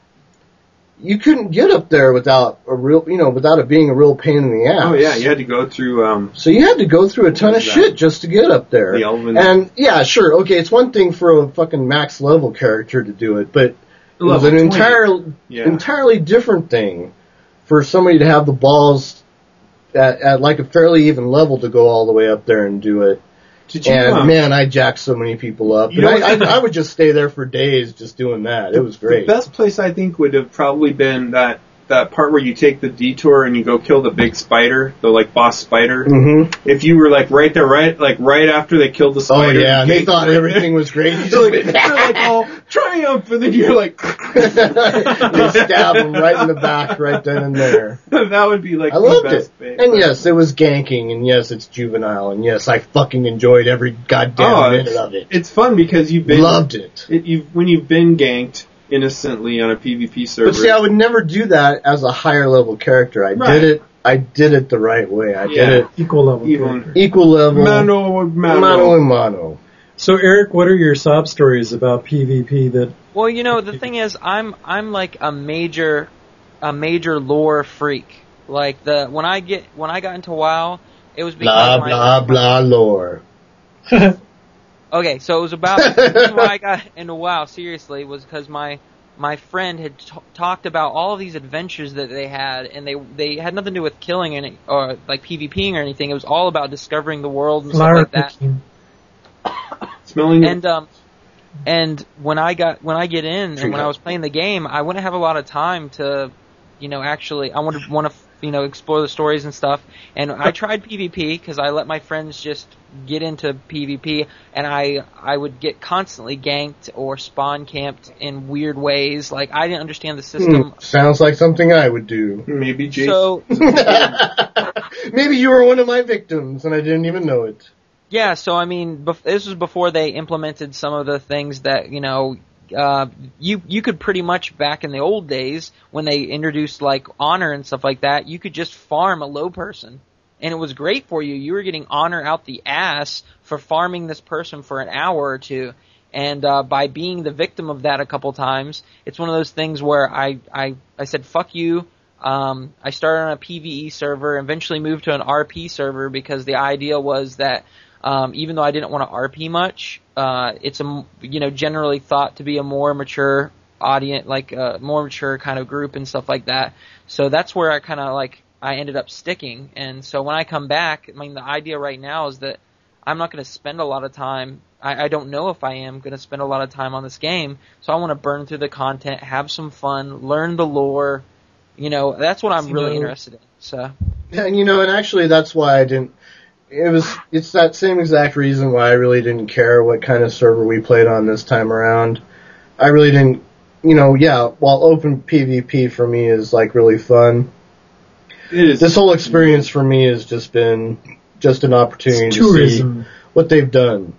Speaker 3: you couldn't get up there without a real you know without it being a real pain in the
Speaker 5: it.
Speaker 3: ass
Speaker 5: Oh yeah, you had to go through. Um,
Speaker 3: so you had to go through a ton of
Speaker 5: Exactly.
Speaker 3: shit just to get up there
Speaker 5: The elven-
Speaker 3: and yeah sure okay it's one thing for a fucking max level character to do it but it was
Speaker 5: Level
Speaker 3: an
Speaker 5: 20.
Speaker 3: entire
Speaker 5: Yeah.
Speaker 3: entirely different thing for somebody to have the balls at, at like a fairly even level to go all the way up there and do it
Speaker 5: Did you?
Speaker 3: and
Speaker 5: um,
Speaker 3: man, I jacked so many people up.
Speaker 5: You
Speaker 3: And
Speaker 5: know
Speaker 3: I,
Speaker 5: what-
Speaker 3: I, I would just stay there for days just doing that. It was
Speaker 5: the
Speaker 3: great.
Speaker 5: best place I think would have probably been that that part where you take the detour and you go kill the big spider, the like boss spider.
Speaker 3: hmm
Speaker 5: If you were like right there, right like right after they killed
Speaker 3: Oh
Speaker 5: the spider.
Speaker 3: yeah, and
Speaker 5: you
Speaker 3: they
Speaker 5: get-
Speaker 3: thought everything was great. You
Speaker 5: They're
Speaker 3: just
Speaker 5: like, they're like all triumph, and then you're like,
Speaker 3: they stabbed him right in the back, right then and there.
Speaker 5: that would be like
Speaker 3: I
Speaker 5: the
Speaker 3: loved it.
Speaker 5: best bit.
Speaker 3: And yes, it was ganking, and yes, it's juvenile, and yes, I fucking enjoyed every goddamn
Speaker 5: Oh,
Speaker 3: minute of it.
Speaker 5: it's fun because you've been
Speaker 3: Loved it.
Speaker 5: it, you've, when you've been ganked innocently on a PvP server.
Speaker 3: But see, I would never do that as a higher level character. I
Speaker 5: Right.
Speaker 3: did it. I did it the right way. I
Speaker 5: Yeah.
Speaker 3: did it
Speaker 2: Equal level.
Speaker 5: even
Speaker 3: equal level,
Speaker 5: Mano, mano.
Speaker 3: mano a mano.
Speaker 2: So, Eric, what are your sob stories about PvP that
Speaker 4: Well, you know, the thing is, I'm I'm like a major, a major lore freak. Like the when I get when I got into WoW, it was
Speaker 3: Blah
Speaker 4: because my,
Speaker 3: blah blah lore.
Speaker 4: Okay, so it was about the reason why I got into WoW seriously was because my my friend had t- talked about all these adventures that they had, and they they had nothing to do with killing any or like PvPing or anything. It was all about discovering the world and stuff
Speaker 2: flower
Speaker 4: like that.
Speaker 2: picking?
Speaker 5: smelling
Speaker 4: and um and when I got when I get in and when I was playing the game, I wouldn't have a lot of time to, you know, actually I want to want to you know explore the stories and stuff. And I tried PvP because I let my friends just get into PvP, and I I would get constantly ganked or spawn camped in weird ways. Like I didn't understand the system.
Speaker 3: Hmm, sounds like something I would do.
Speaker 5: maybe Jason.
Speaker 4: So
Speaker 3: Maybe you were one of my victims and I didn't even know it.
Speaker 4: Yeah, so I mean, bef- this was before they implemented some of the things that you know. Uh, you you could pretty much back in the old days when they introduced like honor and stuff like that, you could just farm a low person, and it was great for you. You were getting honor out the ass for farming this person for an hour or two, and uh, by being the victim of that a couple times, it's one of those things where I I I said fuck you. Um, I started on a PVE server, eventually moved to an RP server because the idea was that um, even though I didn't want to RP much, uh, it's a m- you know generally thought to be a more mature audience, like a more mature kind of group and stuff like that. So that's where I kind of like I ended up sticking. And so when I come back, I mean the idea right now is that I'm not going to spend a lot of time. I, I don't know if I am going to spend a lot of time on this game, so I want to burn through the content, have some fun, learn the lore. You know, that's what I'm
Speaker 2: See,
Speaker 4: really
Speaker 2: no.
Speaker 4: interested in. So
Speaker 3: And you know, and actually that's why I didn't it was it's that same exact reason why I really didn't care what kind of server we played on this time around. I really didn't you know, yeah, while open PvP for me is like really fun,
Speaker 5: It is.
Speaker 3: this whole experience for me has just been just an opportunity
Speaker 2: It's
Speaker 3: to
Speaker 2: tourism.
Speaker 3: see what they've done.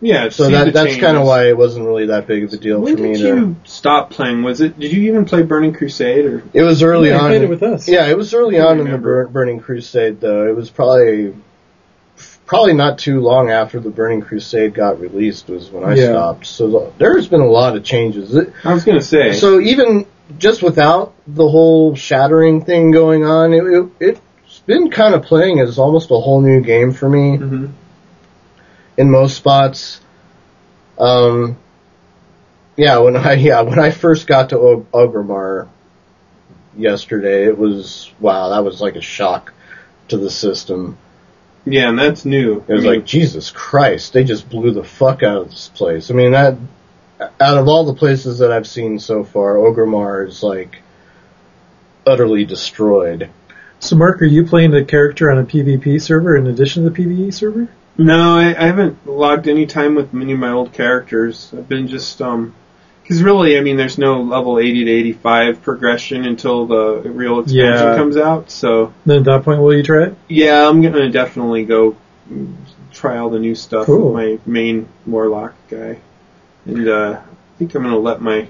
Speaker 5: yeah.
Speaker 3: So
Speaker 5: see
Speaker 3: that
Speaker 5: the
Speaker 3: that's kind
Speaker 5: changes.
Speaker 3: of why it wasn't really that big of a deal
Speaker 5: When
Speaker 3: for me.
Speaker 5: did
Speaker 3: to-
Speaker 5: you stop playing? Was it? Did you even play Burning Crusade or?
Speaker 3: It was early
Speaker 2: Yeah, you
Speaker 3: on.
Speaker 2: played it with us.
Speaker 3: Yeah, it was early
Speaker 5: I
Speaker 3: on in the
Speaker 5: remember.
Speaker 3: Bur- Burning Crusade, though. It was probably probably not too long after the Burning Crusade got released was when I
Speaker 2: Yeah.
Speaker 3: stopped. So there's been a lot of changes. It-
Speaker 5: I was gonna say.
Speaker 3: So even just without the whole shattering thing going on, it, it it's been kind of playing as almost a whole new game for me
Speaker 5: Mhm.
Speaker 3: in most spots. Um, yeah, when I yeah when I first got to Og- Ogrimmar yesterday, it was wow that was like a shock to the system.
Speaker 5: Yeah, and that's new.
Speaker 3: It was
Speaker 5: I mean,
Speaker 3: like Jesus Christ, they just blew the fuck out of this place. I mean that out of all the places that I've seen so far, Ogrimmar is like utterly destroyed.
Speaker 2: So, Mark, are you playing the character on a PvP server in addition to the PvE server?
Speaker 5: No, I, I haven't logged any time with many of my old characters. I've been just um 'cause really, I mean, there's no level 80 to 85 progression until the real expansion
Speaker 2: Yeah.
Speaker 5: comes out. So
Speaker 2: Then at that point, will you try it?
Speaker 5: yeah, I'm gonna definitely go mm, try all the new stuff
Speaker 2: Cool.
Speaker 5: with my main warlock guy, and uh, I think I'm gonna let my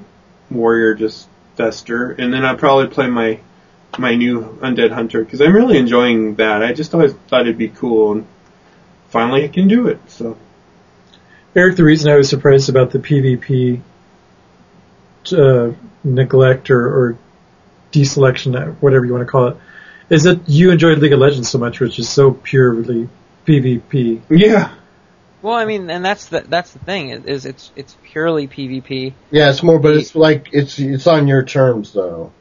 Speaker 5: warrior just fester, and then I'll probably play my my new undead hunter because I'm really enjoying that. I just always thought it'd be cool, and finally I can do it. So.
Speaker 2: Eric, the reason I was surprised about the PvP uh, neglect or, or deselection, uh, whatever you want to call it, is that you enjoyed League of Legends so much, which is so purely PvP.
Speaker 5: Yeah.
Speaker 4: Well, I mean, and that's the that's the thing is, is it's it's purely PvP.
Speaker 3: Yeah, it's more, but it's like it's it's on your terms though.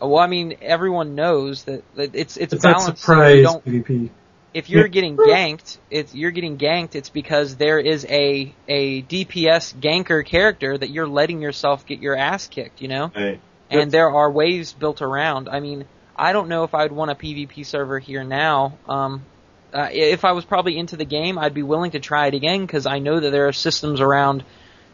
Speaker 4: Well, I mean, everyone knows that that it's it's,
Speaker 2: It's not
Speaker 4: balanced. so you
Speaker 2: surprise
Speaker 4: don't-
Speaker 2: PvP.
Speaker 4: if you're getting ganked, it's you're getting ganked. It's because there is a a DPS ganker character that you're letting yourself get your ass kicked. You know, and there are waves built around. I mean, I don't know if I'd want a PvP server here now. Um, uh, i- if I was probably into the game, I'd be willing to try it again because I know that there are systems around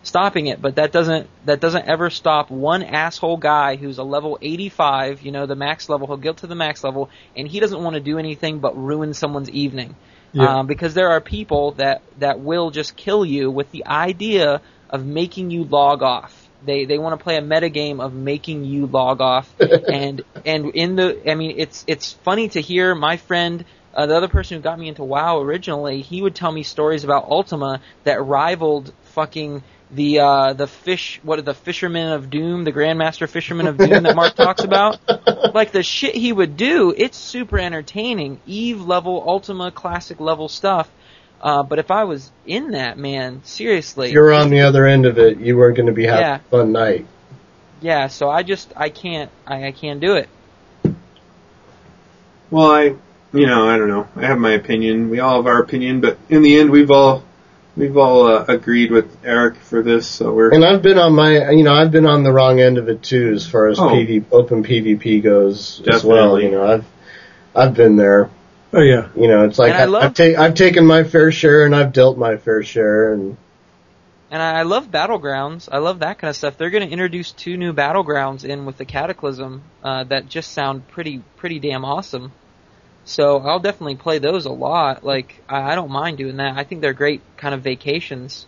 Speaker 4: stopping it. But that doesn't that doesn't ever stop one asshole guy who's a level 85, you know, the max level. He'll get to the max level, and he doesn't want to do anything but ruin someone's evening.
Speaker 2: Yeah.
Speaker 4: Um, because there are people that that will just kill you with the idea of making you log off. They they want to play a meta game of making you log off. and and in the I mean it's it's funny to hear my friend uh, the other person who got me into WoW originally, he would tell me stories about Ultima that rivaled fucking the uh, the fish what are the fisherman of doom the grandmaster fisherman of doom that Mark talks about like the shit he would do it's super entertaining Eve level Ultima classic level stuff uh, but if I was in that man seriously
Speaker 3: If you're on the other end of it, you weren't going to be having
Speaker 4: Yeah.
Speaker 3: a fun night.
Speaker 4: yeah so I just I can't I, I can't do it
Speaker 5: Well, I, you know, I don't know. I have my opinion. We all have our opinion, but in the end, we've all, we've all uh, agreed with Eric for this. So we're.
Speaker 3: And I've been on my, you know, I've been on the wrong end of it too, as far as
Speaker 5: Oh.
Speaker 3: PV, open PvP goes as well.
Speaker 5: Definitely.
Speaker 3: You know, I've I've been there.
Speaker 2: Oh, yeah.
Speaker 3: You know, it's like
Speaker 4: And I
Speaker 3: I
Speaker 4: love-
Speaker 3: have ta- I've taken my fair share and I've dealt my fair share, and
Speaker 4: And I I love battlegrounds. I love that kind of stuff. They're going to introduce two new battlegrounds in with the Cataclysm uh, that just sound pretty pretty damn awesome. So I'll definitely play those a lot. Like I, I don't mind doing that. I think they're great kind of vacations.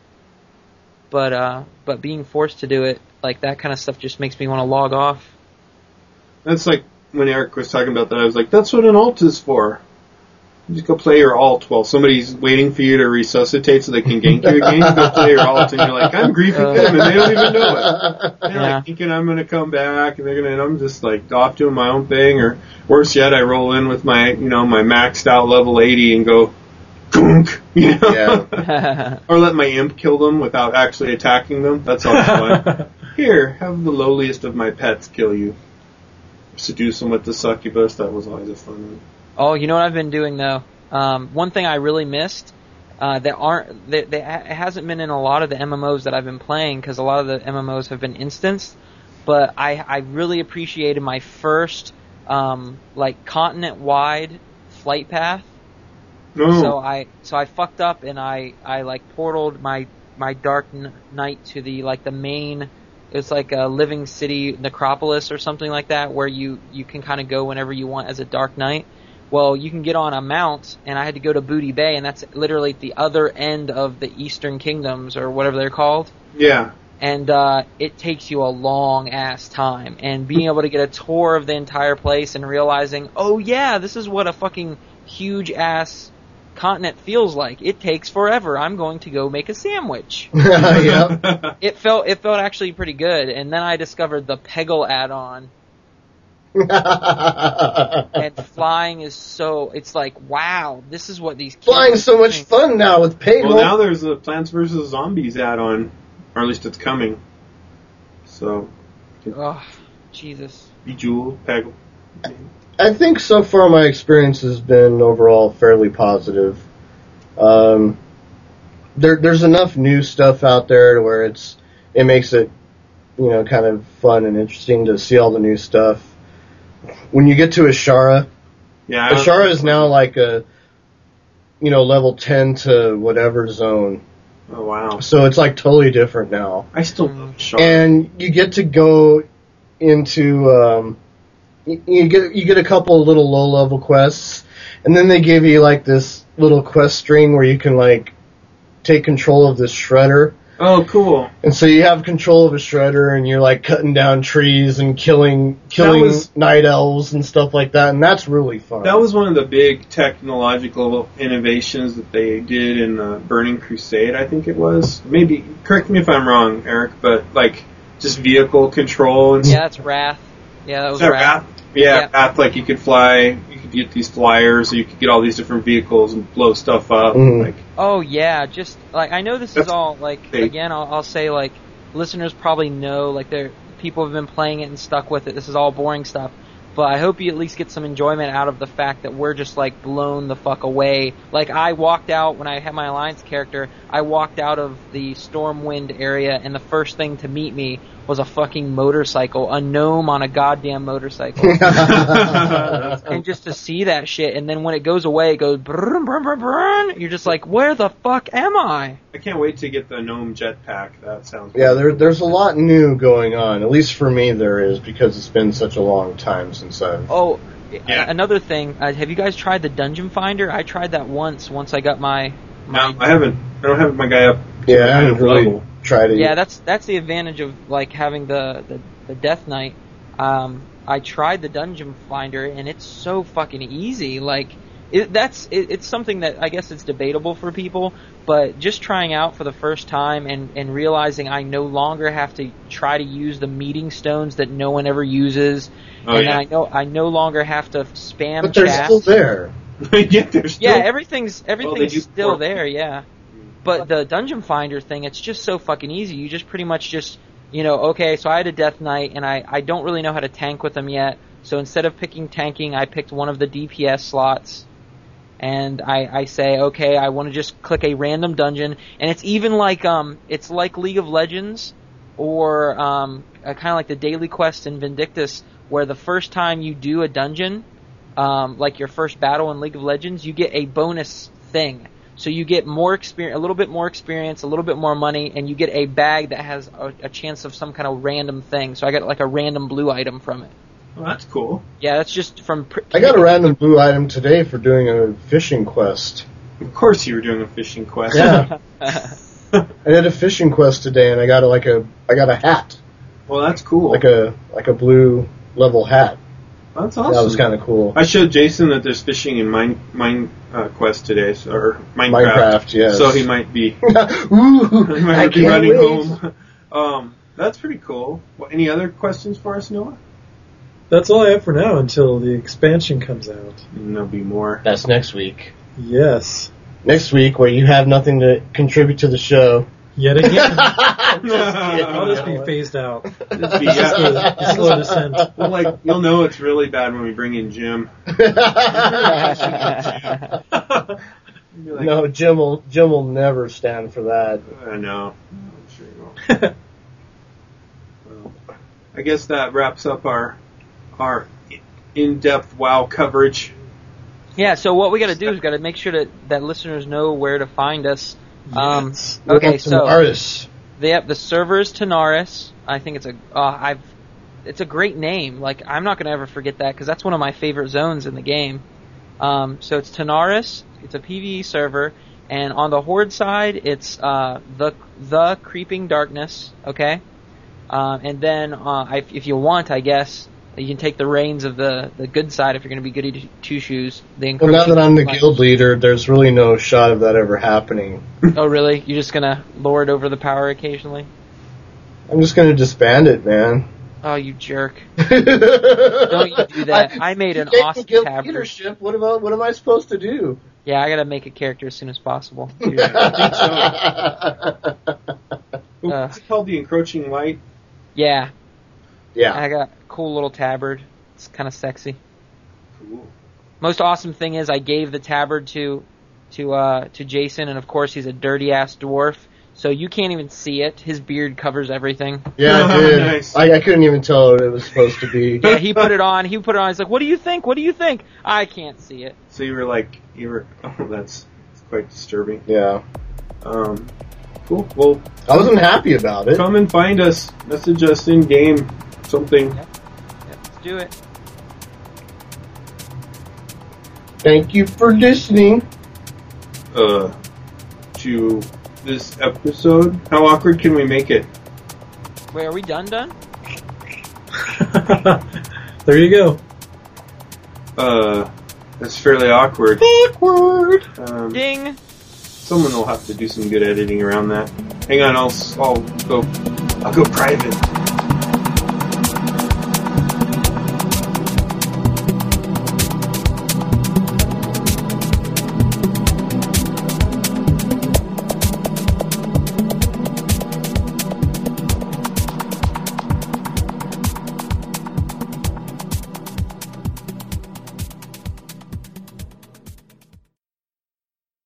Speaker 4: But uh, but being forced to do it like that kind of stuff just makes me want to log off.
Speaker 5: That's like when Eric was talking about that. I was like, that's what an alt is for. You Just go play your alt while somebody's waiting for you to resuscitate so they can gank you again. You go play your alt and you're like, I'm griefing them and they don't even know it. They're
Speaker 4: Yeah.
Speaker 5: like thinking I'm gonna come back and they're gonna and I'm just like off doing my own thing or worse yet I roll in with my you know, my maxed out level eighty and go gunk you know or let my imp kill them without actually attacking them. That's all
Speaker 2: Oh,
Speaker 5: fun. Here, have the lowliest of my pets kill you. Seduce them with the succubus. That was always a fun one.
Speaker 4: Oh, you know what I've been doing though. Um, one thing I really missed uh, that aren't that, that ha- hasn't been in a lot of the MMOs that I've been playing because a lot of the MMOs have been instanced. But I I really appreciated my first um, like continent wide flight path.
Speaker 5: No,
Speaker 4: So uh, I so I fucked up and I I like portaled my my Dark Kn- Knight to the like the main It's like a Living City Necropolis or something like that, where you you can kind of go whenever you want as a Dark Knight. Well, you can get on a mount, and I had to go to Booty Bay, and that's literally at the other end of the Eastern Kingdoms or whatever they're called
Speaker 5: Yeah.
Speaker 4: and uh, it takes you a long ass time. And being able to get a tour of the entire place and realizing, oh yeah, this is what a fucking huge ass continent feels like. It takes forever. I'm going to go make a sandwich.
Speaker 3: yeah.
Speaker 4: it felt it felt actually pretty good. And then I discovered the Peggle add-on. And flying is so it's like wow, this is what these kids
Speaker 3: Flying's so
Speaker 4: are
Speaker 3: much
Speaker 4: doing.
Speaker 3: fun now with Peggle.
Speaker 5: Well, now there's a Plants vs. Zombies add-on, or at least it's coming. So,
Speaker 4: Ugh, Oh, Jesus.
Speaker 5: Bejeweled, Peggle.
Speaker 3: I think so far my experience has been overall fairly positive. Um, there, there's enough new stuff out there to where it's it makes it you know kind of fun and interesting to see all the new stuff. When you get to Ashara,
Speaker 5: Yeah. I don't-
Speaker 3: Ashara is now like a you know level ten to whatever zone,
Speaker 5: Oh wow.
Speaker 3: so it's like totally different now
Speaker 5: I still love Shark.
Speaker 3: and you get to go into um, you, you get you get a couple of little low level quests, and then they give you like this little quest string where you can like take control of this shredder.
Speaker 5: oh, cool.
Speaker 3: And so you have control of a shredder, and you're like cutting down trees and killing killing
Speaker 5: was-
Speaker 3: night elves and stuff like that, and that's really fun.
Speaker 5: That was one of the big technological innovations that they did in the Burning Crusade, I think it was. Maybe correct me if I'm wrong, Eric, but like just vehicle control and
Speaker 4: Yeah, that's Wrath. Yeah, that
Speaker 5: Is
Speaker 4: was
Speaker 5: that
Speaker 4: Wrath.
Speaker 5: Wrath? Yeah,
Speaker 4: Yeah.
Speaker 5: Wrath, Like you could fly, you could get these flyers, you could get all these different vehicles and blow stuff up.
Speaker 3: Mhm.
Speaker 5: Like
Speaker 4: Oh yeah, just like I know this is
Speaker 5: That's
Speaker 4: all like
Speaker 5: big.
Speaker 4: again. I'll, I'll say like listeners probably know like they're people have been playing it and stuck with it. This is all boring stuff, but I hope you at least get some enjoyment out of the fact that we're just like blown the fuck away. Like I walked out when I had my alliance character. I walked out of the Stormwind area, and the first thing to meet me was a fucking motorcycle, a gnome on a goddamn motorcycle. and just to see that shit, and then when it goes away, it goes brrrn, brrrn, brrrn, brrrn. You're just like, where the fuck am I?
Speaker 5: I can't wait to get the gnome jetpack. That sounds
Speaker 3: yeah, there, there's a lot new going on. At least for me, there is because it's been such a long time since I've.
Speaker 4: Oh,
Speaker 5: Yeah.
Speaker 4: a- another thing. Uh, have you guys tried the Dungeon Finder? I tried that once. Once I got my, my
Speaker 5: No, I haven't. I don't have my guy up. to
Speaker 3: yeah,
Speaker 5: that
Speaker 3: I haven't
Speaker 5: kind of
Speaker 3: really
Speaker 5: level.
Speaker 3: tried it.
Speaker 4: yeah.
Speaker 3: yet.
Speaker 4: That's that's the advantage of like having the the, the Death Knight. Um, I tried the Dungeon Finder, and it's so fucking easy. Like. It, that's it, it's something that I guess it's debatable for people, but just trying out for the first time and, and realizing I no longer have to try to use the meeting stones that no one ever uses,
Speaker 5: Oh,
Speaker 4: and
Speaker 5: yeah.
Speaker 4: I know I no longer have to spam
Speaker 3: but they're
Speaker 4: chat.
Speaker 3: still there.
Speaker 5: yeah, there's still-
Speaker 4: Yeah, everything's everything's
Speaker 5: do
Speaker 4: still
Speaker 5: pork.
Speaker 4: there. Yeah, but the dungeon finder thing, it's just so fucking easy. You just pretty much just you know, okay, so I had a death knight, and I I don't really know how to tank with them yet. So instead of picking tanking, I picked one of the DPS slots. And I, I say, okay, I want to just click a random dungeon, and it's even like um, it's like League of Legends, or um, kind of like the daily quest in Vindictus, where the first time you do a dungeon, um, like your first battle in League of Legends, you get a bonus thing. So you get more experience, a little bit more experience, a little bit more money, and you get a bag that has a, a chance of some kind of random thing. So I got like a random blue item from it.
Speaker 5: Oh, that's cool.
Speaker 4: Yeah, that's just from. Pr-
Speaker 3: I got a random blue item today for doing a fishing quest.
Speaker 5: Of course, you were doing a fishing quest.
Speaker 3: Yeah. I did a fishing quest today, and I got a, like a I got a hat,
Speaker 5: Well, that's cool.
Speaker 3: like a like a blue level hat.
Speaker 5: that's
Speaker 3: That
Speaker 5: awesome.
Speaker 3: was kind of cool.
Speaker 5: I showed Jason that there's fishing in Mine Mine uh, Quest today, so, or Minecraft.
Speaker 3: Minecraft, yes.
Speaker 5: So he might be
Speaker 3: Ooh,
Speaker 5: he might
Speaker 3: I
Speaker 5: be
Speaker 3: can't
Speaker 5: running
Speaker 3: wait.
Speaker 5: home. Um, that's pretty cool. Well, any other questions for us, Noah?
Speaker 2: That's all I have for now until the expansion comes out.
Speaker 5: And there'll be more.
Speaker 6: That's next week.
Speaker 2: Yes.
Speaker 3: Next week, where you have nothing to contribute to the show.
Speaker 2: Yet again, I'll just
Speaker 5: Just
Speaker 2: be phased out.
Speaker 5: be- yeah.
Speaker 2: The slow descent.
Speaker 5: Well, like you'll know it's really bad when we bring in Jim. You'll be like,
Speaker 3: no, Jim will Jim will never stand for that.
Speaker 5: I know. I'm sure you won't. well, I guess that wraps up our our in-depth WoW coverage.
Speaker 4: Yeah, so what we got to do is got to make sure that that listeners know where to find us. Um,
Speaker 2: Yes.
Speaker 4: okay,
Speaker 3: Some
Speaker 4: so
Speaker 3: artists.
Speaker 4: They have the server is Tanaris. I think it's a uh, I've it's a great name. Like I'm not gonna ever forget that because that's one of my favorite zones in the game. Um, so it's Tanaris. It's a PVE server, and on the Horde side, it's uh, the the Creeping Darkness. Okay, uh, and then uh, I, if you want, I guess you can take the reins of the the good side if you're gonna be goody t- two shoes. The
Speaker 3: Well, now that I'm the
Speaker 4: like-
Speaker 3: guild leader, there's really no shot of that ever happening.
Speaker 4: Oh really? You're just gonna lord over the power occasionally?
Speaker 3: I'm just gonna disband it, man.
Speaker 4: Oh, you jerk!
Speaker 3: Don't
Speaker 4: you do that. I made an awesome
Speaker 3: guild
Speaker 4: tab-
Speaker 3: leadership. What about what am I supposed to do?
Speaker 4: Yeah, I gotta make a character as soon as possible. Uh.
Speaker 5: What's it called? The encroaching light.
Speaker 4: yeah,
Speaker 3: yeah.
Speaker 4: I got a cool little tabard. It's kind of sexy.
Speaker 5: Cool.
Speaker 4: Most awesome thing is I gave the tabard to to uh, to Jason, and of course he's a dirty ass dwarf, so you can't even see it. His beard covers everything.
Speaker 3: Yeah, I did.
Speaker 5: Nice.
Speaker 3: I, I couldn't even tell what it was supposed to be.
Speaker 4: Yeah, he put it on. He put it on. He's like, "What do you think? What do you think?" I can't see it.
Speaker 5: So you were like, you were. Oh, that's, that's quite disturbing.
Speaker 3: Yeah.
Speaker 5: Um, cool. Well,
Speaker 3: I wasn't happy about it.
Speaker 5: come and find us. Message us in game. Something.
Speaker 4: Yeah, let's do it.
Speaker 3: Thank you for listening.
Speaker 5: uh, to this episode. How awkward can we make it?
Speaker 4: Wait, are we done? Done?
Speaker 2: there you go.
Speaker 5: Uh, that's fairly awkward.
Speaker 3: Awkward.
Speaker 5: Um,
Speaker 4: Ding.
Speaker 5: someone will have to do some good editing around that. Hang on, I'll, I'll go. I'll go private.